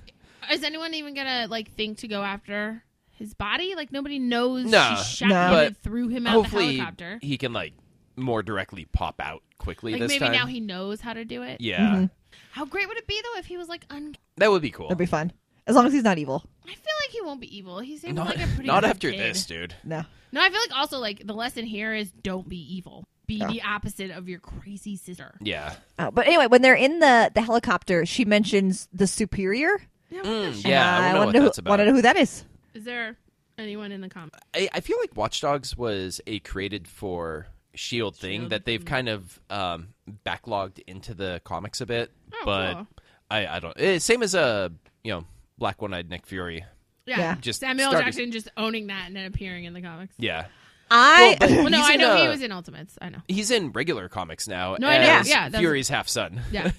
S4: Is anyone even gonna like think to go after his body. Like nobody knows
S2: No,
S4: she shot
S3: No.
S4: him
S2: but
S4: and threw him out of the
S2: Hopefully,
S4: helicopter.
S2: he can like more directly pop out quickly
S4: Like
S2: this
S4: maybe
S2: time.
S4: now he knows how to do it.
S2: yeah,
S4: How great would it be though if he was like un-
S2: that would be cool.
S3: Mm-hmm. That'd be fun. As long as he's not evil.
S4: I feel like he won't be evil. He seems
S2: not
S4: like a pretty
S2: not
S4: good
S2: after
S4: kid.
S2: this, dude.
S3: No.
S4: No, I feel like also like the lesson here is don't be evil. Be
S3: Yeah.
S4: the opposite of your crazy sister.
S2: Yeah,
S3: Oh, but anyway, when they're in the, the helicopter, she mentions the superior.
S2: Mm,
S3: and
S2: yeah. I, wanna
S3: I,
S2: know
S3: want
S2: what
S3: to know,
S2: that's
S3: want
S2: about.
S3: to know who that is.
S4: Is there anyone in the oh, comments?
S2: I, I feel like Watch Dogs was a created for Shield E thing
S4: Shield,
S2: that they've kind of um, backlogged into the comics a bit,
S4: Oh,
S2: but
S4: cool.
S2: I, I don't. eh, same as a you know Black One Eyed Nick Fury.
S4: Yeah.
S3: Yeah.
S2: Just
S4: Samuel
S2: started-
S4: Jackson just owning that and then appearing in the comics.
S2: Yeah,
S3: I
S2: Well, but-
S4: Well, no,
S2: He's
S4: I
S2: in
S4: know he
S2: a-
S4: was in Ultimates. I know.
S2: he's in regular comics now.
S4: No, I know.
S2: as
S4: Yeah, that's-
S2: Fury's half son.
S4: Yeah.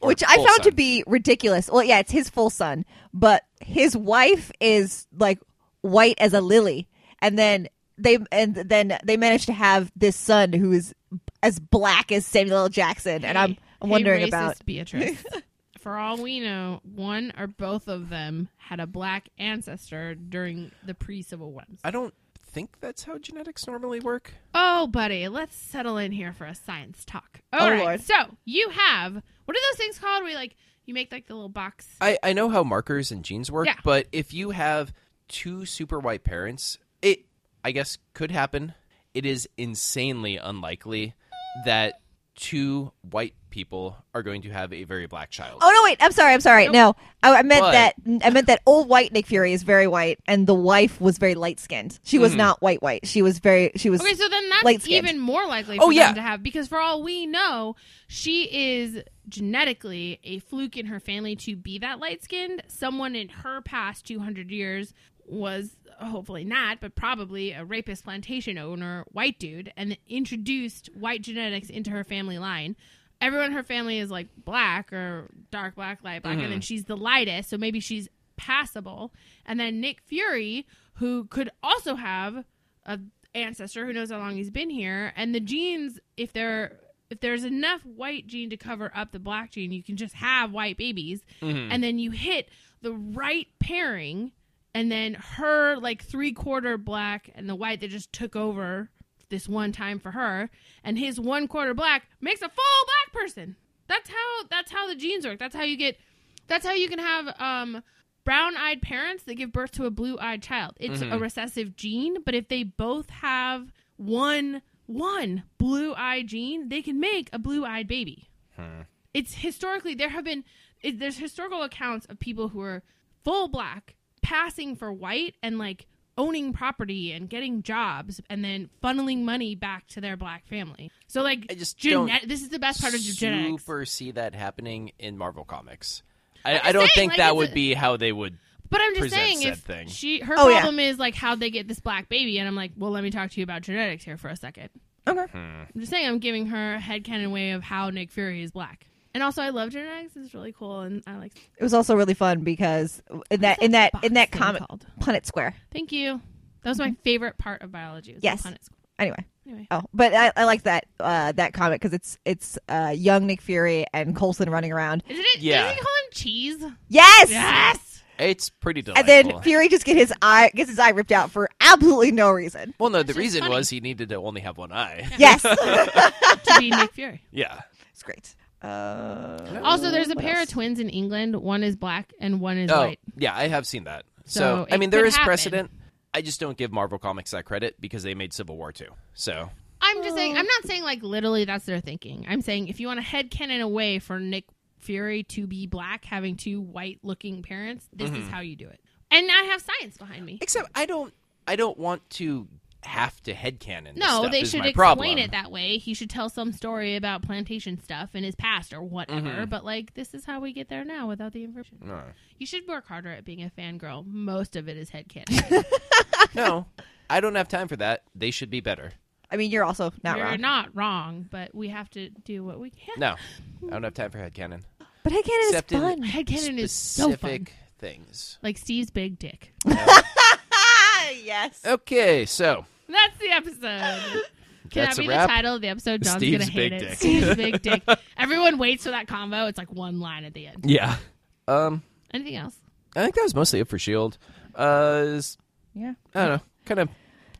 S2: Or
S3: which I
S2: full
S3: found to
S2: son.
S3: be ridiculous. Well, yeah, it's his full son, but his wife is like white as a lily, and then they and then they managed to have this son who is as black as Samuel L. Jackson, and I'm I'm
S4: Hey,
S3: wondering
S4: racist
S3: about
S4: Beatrice. For all we know, one or both of them had a black ancestor during the pre-Civil War.
S2: I don't think that's how genetics normally work.
S4: Oh, buddy, let's settle in here for a science talk. All
S3: Oh,
S4: right.
S3: Lord.
S4: So you have what are those things called? Where you, like you make like the little box.
S2: I, I know how markers and genes work,
S4: Yeah.
S2: but if you have two super white parents, it I guess could happen. It is insanely unlikely that two white people are going to have a very black child.
S3: Oh no! Wait, I'm sorry. I'm sorry. No, I, I meant
S2: But-
S3: that. I meant that old white Nick Fury is very white, and the wife was very light skinned. She
S2: Mm-hmm.
S3: was not white white. She was very. She was.
S4: Okay, so then that's
S3: Light-skinned.
S4: even more likely for
S2: Oh, yeah.
S4: them to have because for all we know, she is genetically a fluke in her family to be that light skinned. Someone in her past 200 years was hopefully not, but probably a rapist plantation owner, white dude, and introduced white genetics into her family line. Everyone in her family is like black or dark black, light black, and then she's the lightest, so maybe she's passable. And then Nick Fury, who could also have a ancestor who knows how long he's been here and the genes if there if there's enough white gene to cover up the black gene you can just have white babies
S2: Mm-hmm.
S4: and then you hit the right pairing and then her like three quarter black and the white that just took over this one time for her and his one quarter black makes a full black person that's how that's how the genes work that's how you get that's how you can have um brown eyed parents that give birth to a blue eyed child. It's a recessive gene, but if they both have one one blue eyed gene, they can make a blue eyed baby. It's historically there have been it, there's historical accounts of people who are full black passing for white and like owning property and getting jobs and then funneling money back to their black family. So like
S2: I just
S4: gene-
S2: don't
S4: this is the best part of genetics.
S2: Super see that happening in Marvel comics. I,
S4: just
S2: I don't
S4: saying,
S2: think
S4: like,
S2: that
S4: it's
S2: would
S4: a-
S2: be how they would.
S4: But I'm just
S2: presents
S4: saying,
S2: that
S4: if
S2: thing.
S4: she her
S3: Oh, yeah.
S4: problem is like how they get this black baby, and I'm like, well, let me talk to you about genetics here for a second.
S3: okay.
S4: I'm just saying, I'm giving her a headcanon way of how Nick Fury is black. And also, I love genetics; it's really cool, and I like
S3: It was also really fun because in that in that in that
S4: box thing
S3: comic
S4: called?
S3: Punnett Square.
S4: Thank you. That was my favorite part of biology. was the
S3: Yes.
S4: Punnett school.
S3: Anyway.
S4: Anyway.
S2: Uh,
S3: Oh, but I, I like that uh, that comic because it's it's uh, young Nick Fury and Colson running around.
S4: Isn't it?
S2: Yeah.
S4: Doesn't he call him cheese?
S3: Yes.
S4: Yes.
S2: It's pretty delightful.
S3: And then Fury just get his eye gets his eye ripped out for absolutely no reason.
S2: well, no, the
S4: just
S2: reason
S4: funny.
S2: was he needed to only have one eye.
S3: Yes.
S4: to be Nick Fury.
S2: yeah.
S3: it's great. Uh,
S4: Also, there's a
S3: what
S4: pair
S3: else?
S4: of twins in England. One is black and one is
S2: Oh,
S4: white.
S2: yeah, I have seen that.
S4: So
S2: So,
S4: it
S2: I mean, there
S4: could
S2: is
S4: happen.
S2: precedent. I just don't give Marvel Comics that credit because they made Civil War too. So,
S4: I'm just saying. I'm not saying like literally that's their thinking. I'm saying if you want to headcanon away for Nick Fury to be black, having two white-looking parents, this
S2: Mm-hmm.
S4: is how you do it. And I have science behind me.
S2: except I don't, I don't want to have to headcanon.
S4: No,
S2: stuff
S4: they
S2: is
S4: should
S2: my
S4: explain
S2: problem.
S4: it that way. He should tell some story about plantation stuff in his past or whatever.
S2: Mm-hmm.
S4: But like, this is how we get there now without the information.
S2: No.
S4: You should work harder at being a fangirl. Most of it is headcanon.
S2: no, I don't have time for that. They should be better.
S3: I mean, you're also not
S4: You're
S3: wrong.
S4: not wrong, but we have to do what we can.
S2: No, I don't have time for headcanon.
S3: but hey, Cannon is
S2: Except in-
S3: fun.
S4: Headcanon is so fun.
S2: Specific things.
S4: Like Steve's big dick.
S3: Ah, yes.
S2: Okay, so
S4: That's the episode. Can
S2: That's a
S4: that be
S2: wrap.
S4: the title of the episode? John's
S2: Steve's
S4: gonna hate
S2: big
S4: it.
S2: dick.
S4: Steve's big dick. Everyone waits for that combo. It's like one line at the end.
S2: yeah, um,
S4: Anything else?
S2: I think that was mostly it for Shield. E Uh, s-
S3: Yeah.
S2: I don't know. Kind of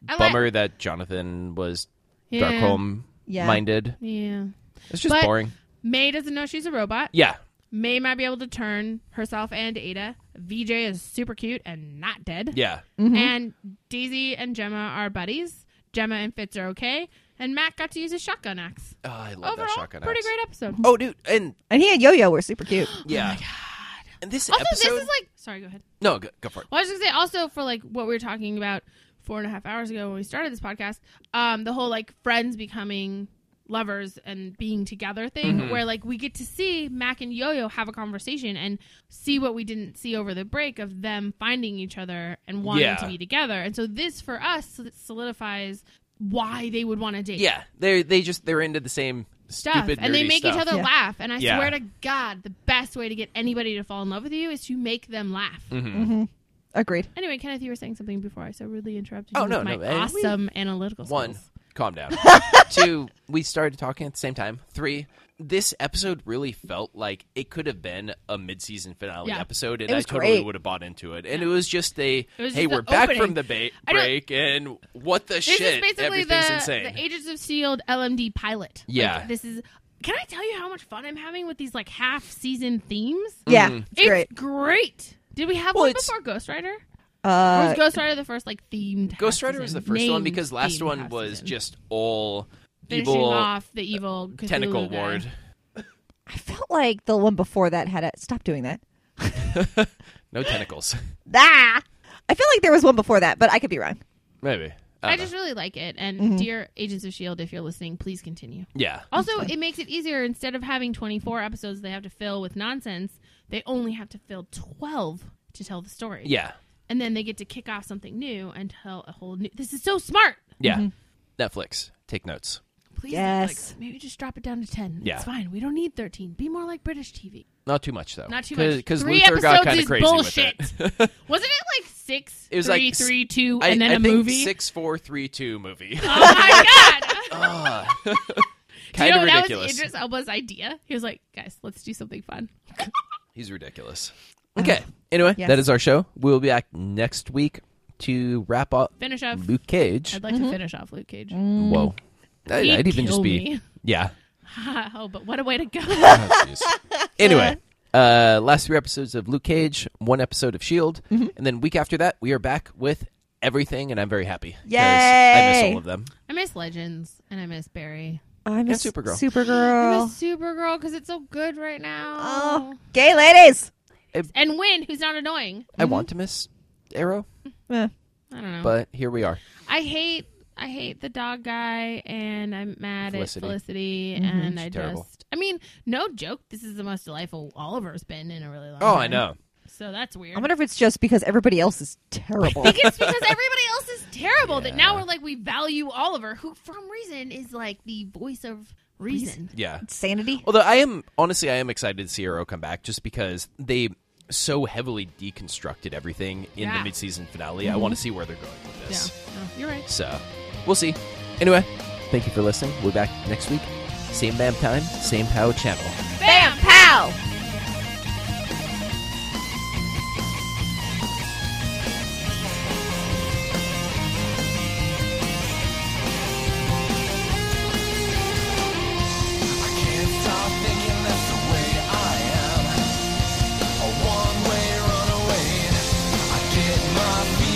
S4: I like-
S2: bummer that Jonathan was
S4: Yeah.
S2: Darkholm
S3: Yeah.
S2: minded.
S4: Yeah.
S2: It's just
S4: But-
S2: boring.
S4: May doesn't know she's a robot.
S2: Yeah.
S4: May might be able to turn herself and Ada. VJ is super cute and not dead.
S2: Yeah.
S4: And Daisy and Gemma are buddies. Gemma and Fitz are okay. And Matt got to use his shotgun axe.
S2: Oh, I love
S4: Overall,
S2: that shotgun.
S4: pretty
S2: axe.
S4: great episode.
S2: Oh, dude, and
S3: And he and Yo Yo were super cute.
S2: yeah, and this
S4: Also,
S2: episode.
S4: this is like. Sorry, go ahead.
S2: no, go, go for it.
S4: Well, I was just gonna say also for like what we were talking about four and a half hours ago when we started this podcast, um, the whole like friends becoming lovers and being together thing,
S2: Mm-hmm.
S4: where like we get to see Mac and Yo Yo have a conversation and see what we didn't see over the break of them finding each other and wanting
S2: Yeah.
S4: to be together. And so this for us sol- solidifies why they would want to date.
S2: Yeah, they they just they're into the same
S4: Stuff
S2: stupid
S4: and they
S2: nerdy
S4: make
S2: stuff.
S4: each other
S3: Yeah.
S4: laugh, and I
S2: Yeah.
S4: swear to God, the best way to get anybody to fall in love with you is to make them laugh.
S3: Agreed.
S4: Anyway, Kenneth, you were saying something before I so rudely interrupted
S2: Oh,
S4: you with
S2: no,
S4: my
S2: no, eh,
S4: awesome analytical skills.
S2: One, calm down. Two, we started talking at the same time. Three, this episode really felt like it could have been a mid-season finale
S4: Yeah.
S2: episode, and
S3: It
S2: I
S3: was
S2: totally
S3: great.
S2: would have bought into it. And it was just a
S4: It was
S2: hey,
S4: just the
S2: we're back
S4: opening.
S2: from the ba-
S4: I don't-
S2: break, and what the
S4: This
S2: shit?
S4: is basically
S2: Everything's
S4: the,
S2: insane.
S4: the Agents of Sealed LMD pilot. Like,
S2: Yeah.
S4: this is. Can I tell you how much fun I'm having with these like half season themes?
S3: Yeah. It's
S4: Mm-hmm. It's
S3: great.
S4: great. Did we have
S2: Well,
S4: one
S2: it's-
S4: before Ghost Rider? or
S3: Uh,
S4: was Ghost Rider the first like themed?
S2: Ghost
S4: half
S2: Rider was the
S4: season?
S2: first one
S4: Named
S2: because last
S4: themed
S2: one
S4: half
S2: was
S4: season.
S2: just all
S4: finishing
S2: evil uh,
S4: off the evil Cthulhu
S2: tentacle
S4: guy.
S2: ward.
S3: I felt like the one before that had a. Stop doing that.
S2: No tentacles.
S3: Ah! I feel like there was one before that, but I could be wrong.
S2: Maybe. I,
S4: I
S2: don't
S4: just
S2: know.
S4: really like it. And
S3: Mm-hmm.
S4: dear Agents of Shield, E if you're listening, please continue.
S2: yeah.
S4: Also, it makes it easier instead of having 24 episodes they have to fill with nonsense, they only have to fill 12 to tell the story.
S2: Yeah.
S4: And then they get to kick off something new and tell a whole new. This is so smart.
S2: Yeah. Netflix, take notes.
S4: Please,
S3: Yes.
S4: Netflix, maybe just drop it down to 10.
S2: Yeah.
S4: It's fine. We don't need 13. Be more like British TV.
S2: Not too much though.
S4: Not too
S2: Cause,
S4: much.
S2: Because
S4: Three
S2: Luther got
S4: episodes
S2: kind of
S4: is
S2: crazy
S4: bullshit.
S2: with it.
S4: Wasn't it like six?
S2: It was
S4: three,
S2: like s-
S4: three, two,
S2: I-
S4: and then
S2: I
S4: a
S2: think
S4: movie?
S2: Six, four, three, two movie.
S4: Oh my God. Do you
S2: kind
S4: know
S2: of
S4: that
S2: Ah. ridiculous.
S4: was Idris Elba's idea? He was like, guys, let's do something fun.
S2: He's ridiculous. Okay. Anyway,
S3: Yes.
S2: that is our show. We'll be back next week to wrap up
S4: Finish off.
S2: Luke Cage.
S4: I'd like to finish off Luke Cage.
S2: Whoa. I,
S4: He'd
S2: would even
S4: kill
S2: just be
S4: me.
S2: yeah.
S4: oh, but what a way to go.
S2: Oh, jeez. anyway, uh, last three episodes of Luke Cage, one episode of Shield, E and then week after that we are back with everything, and I'm very happy 'cause I miss
S3: Yay.
S2: all of them.
S4: I miss Legends and I miss Barry.
S3: I miss
S2: Supergirl.
S4: I
S3: Supergirl.
S4: miss Supergirl because it's so good right now.
S3: Oh, gay ladies.
S4: And Win, who's not annoying.
S2: I want to miss Arrow,
S3: Eh.
S4: I don't know.
S2: but here we are.
S4: I hate I hate the dog guy and I'm mad
S2: Felicity.
S4: at Felicity and I
S2: terrible.
S4: just I mean, no joke, this is the most delightful Oliver's been in a really long
S2: Oh,
S4: time.
S2: I know.
S4: So that's weird.
S3: I wonder if it's just because everybody else is terrible.
S4: I think it's because everybody else is terrible that now
S2: Yeah.
S4: we're like we value Oliver, who for some reason is like the voice of reason.
S2: Yeah.
S3: Sanity.
S2: Although I am honestly, I am excited to see Arrow come back just because they so heavily deconstructed everything in
S4: Yeah. Mm-hmm.
S2: the midseason finale. I want to see where they're going with
S4: Yeah,
S2: this.
S4: No, you're right.
S2: So we'll see. Anyway, thank you for listening. We'll be back next week. Same bam time, same power channel.
S3: Bam, pow!
S5: I can't stop thinking that's the way I am. A one-way runaway. I get my feet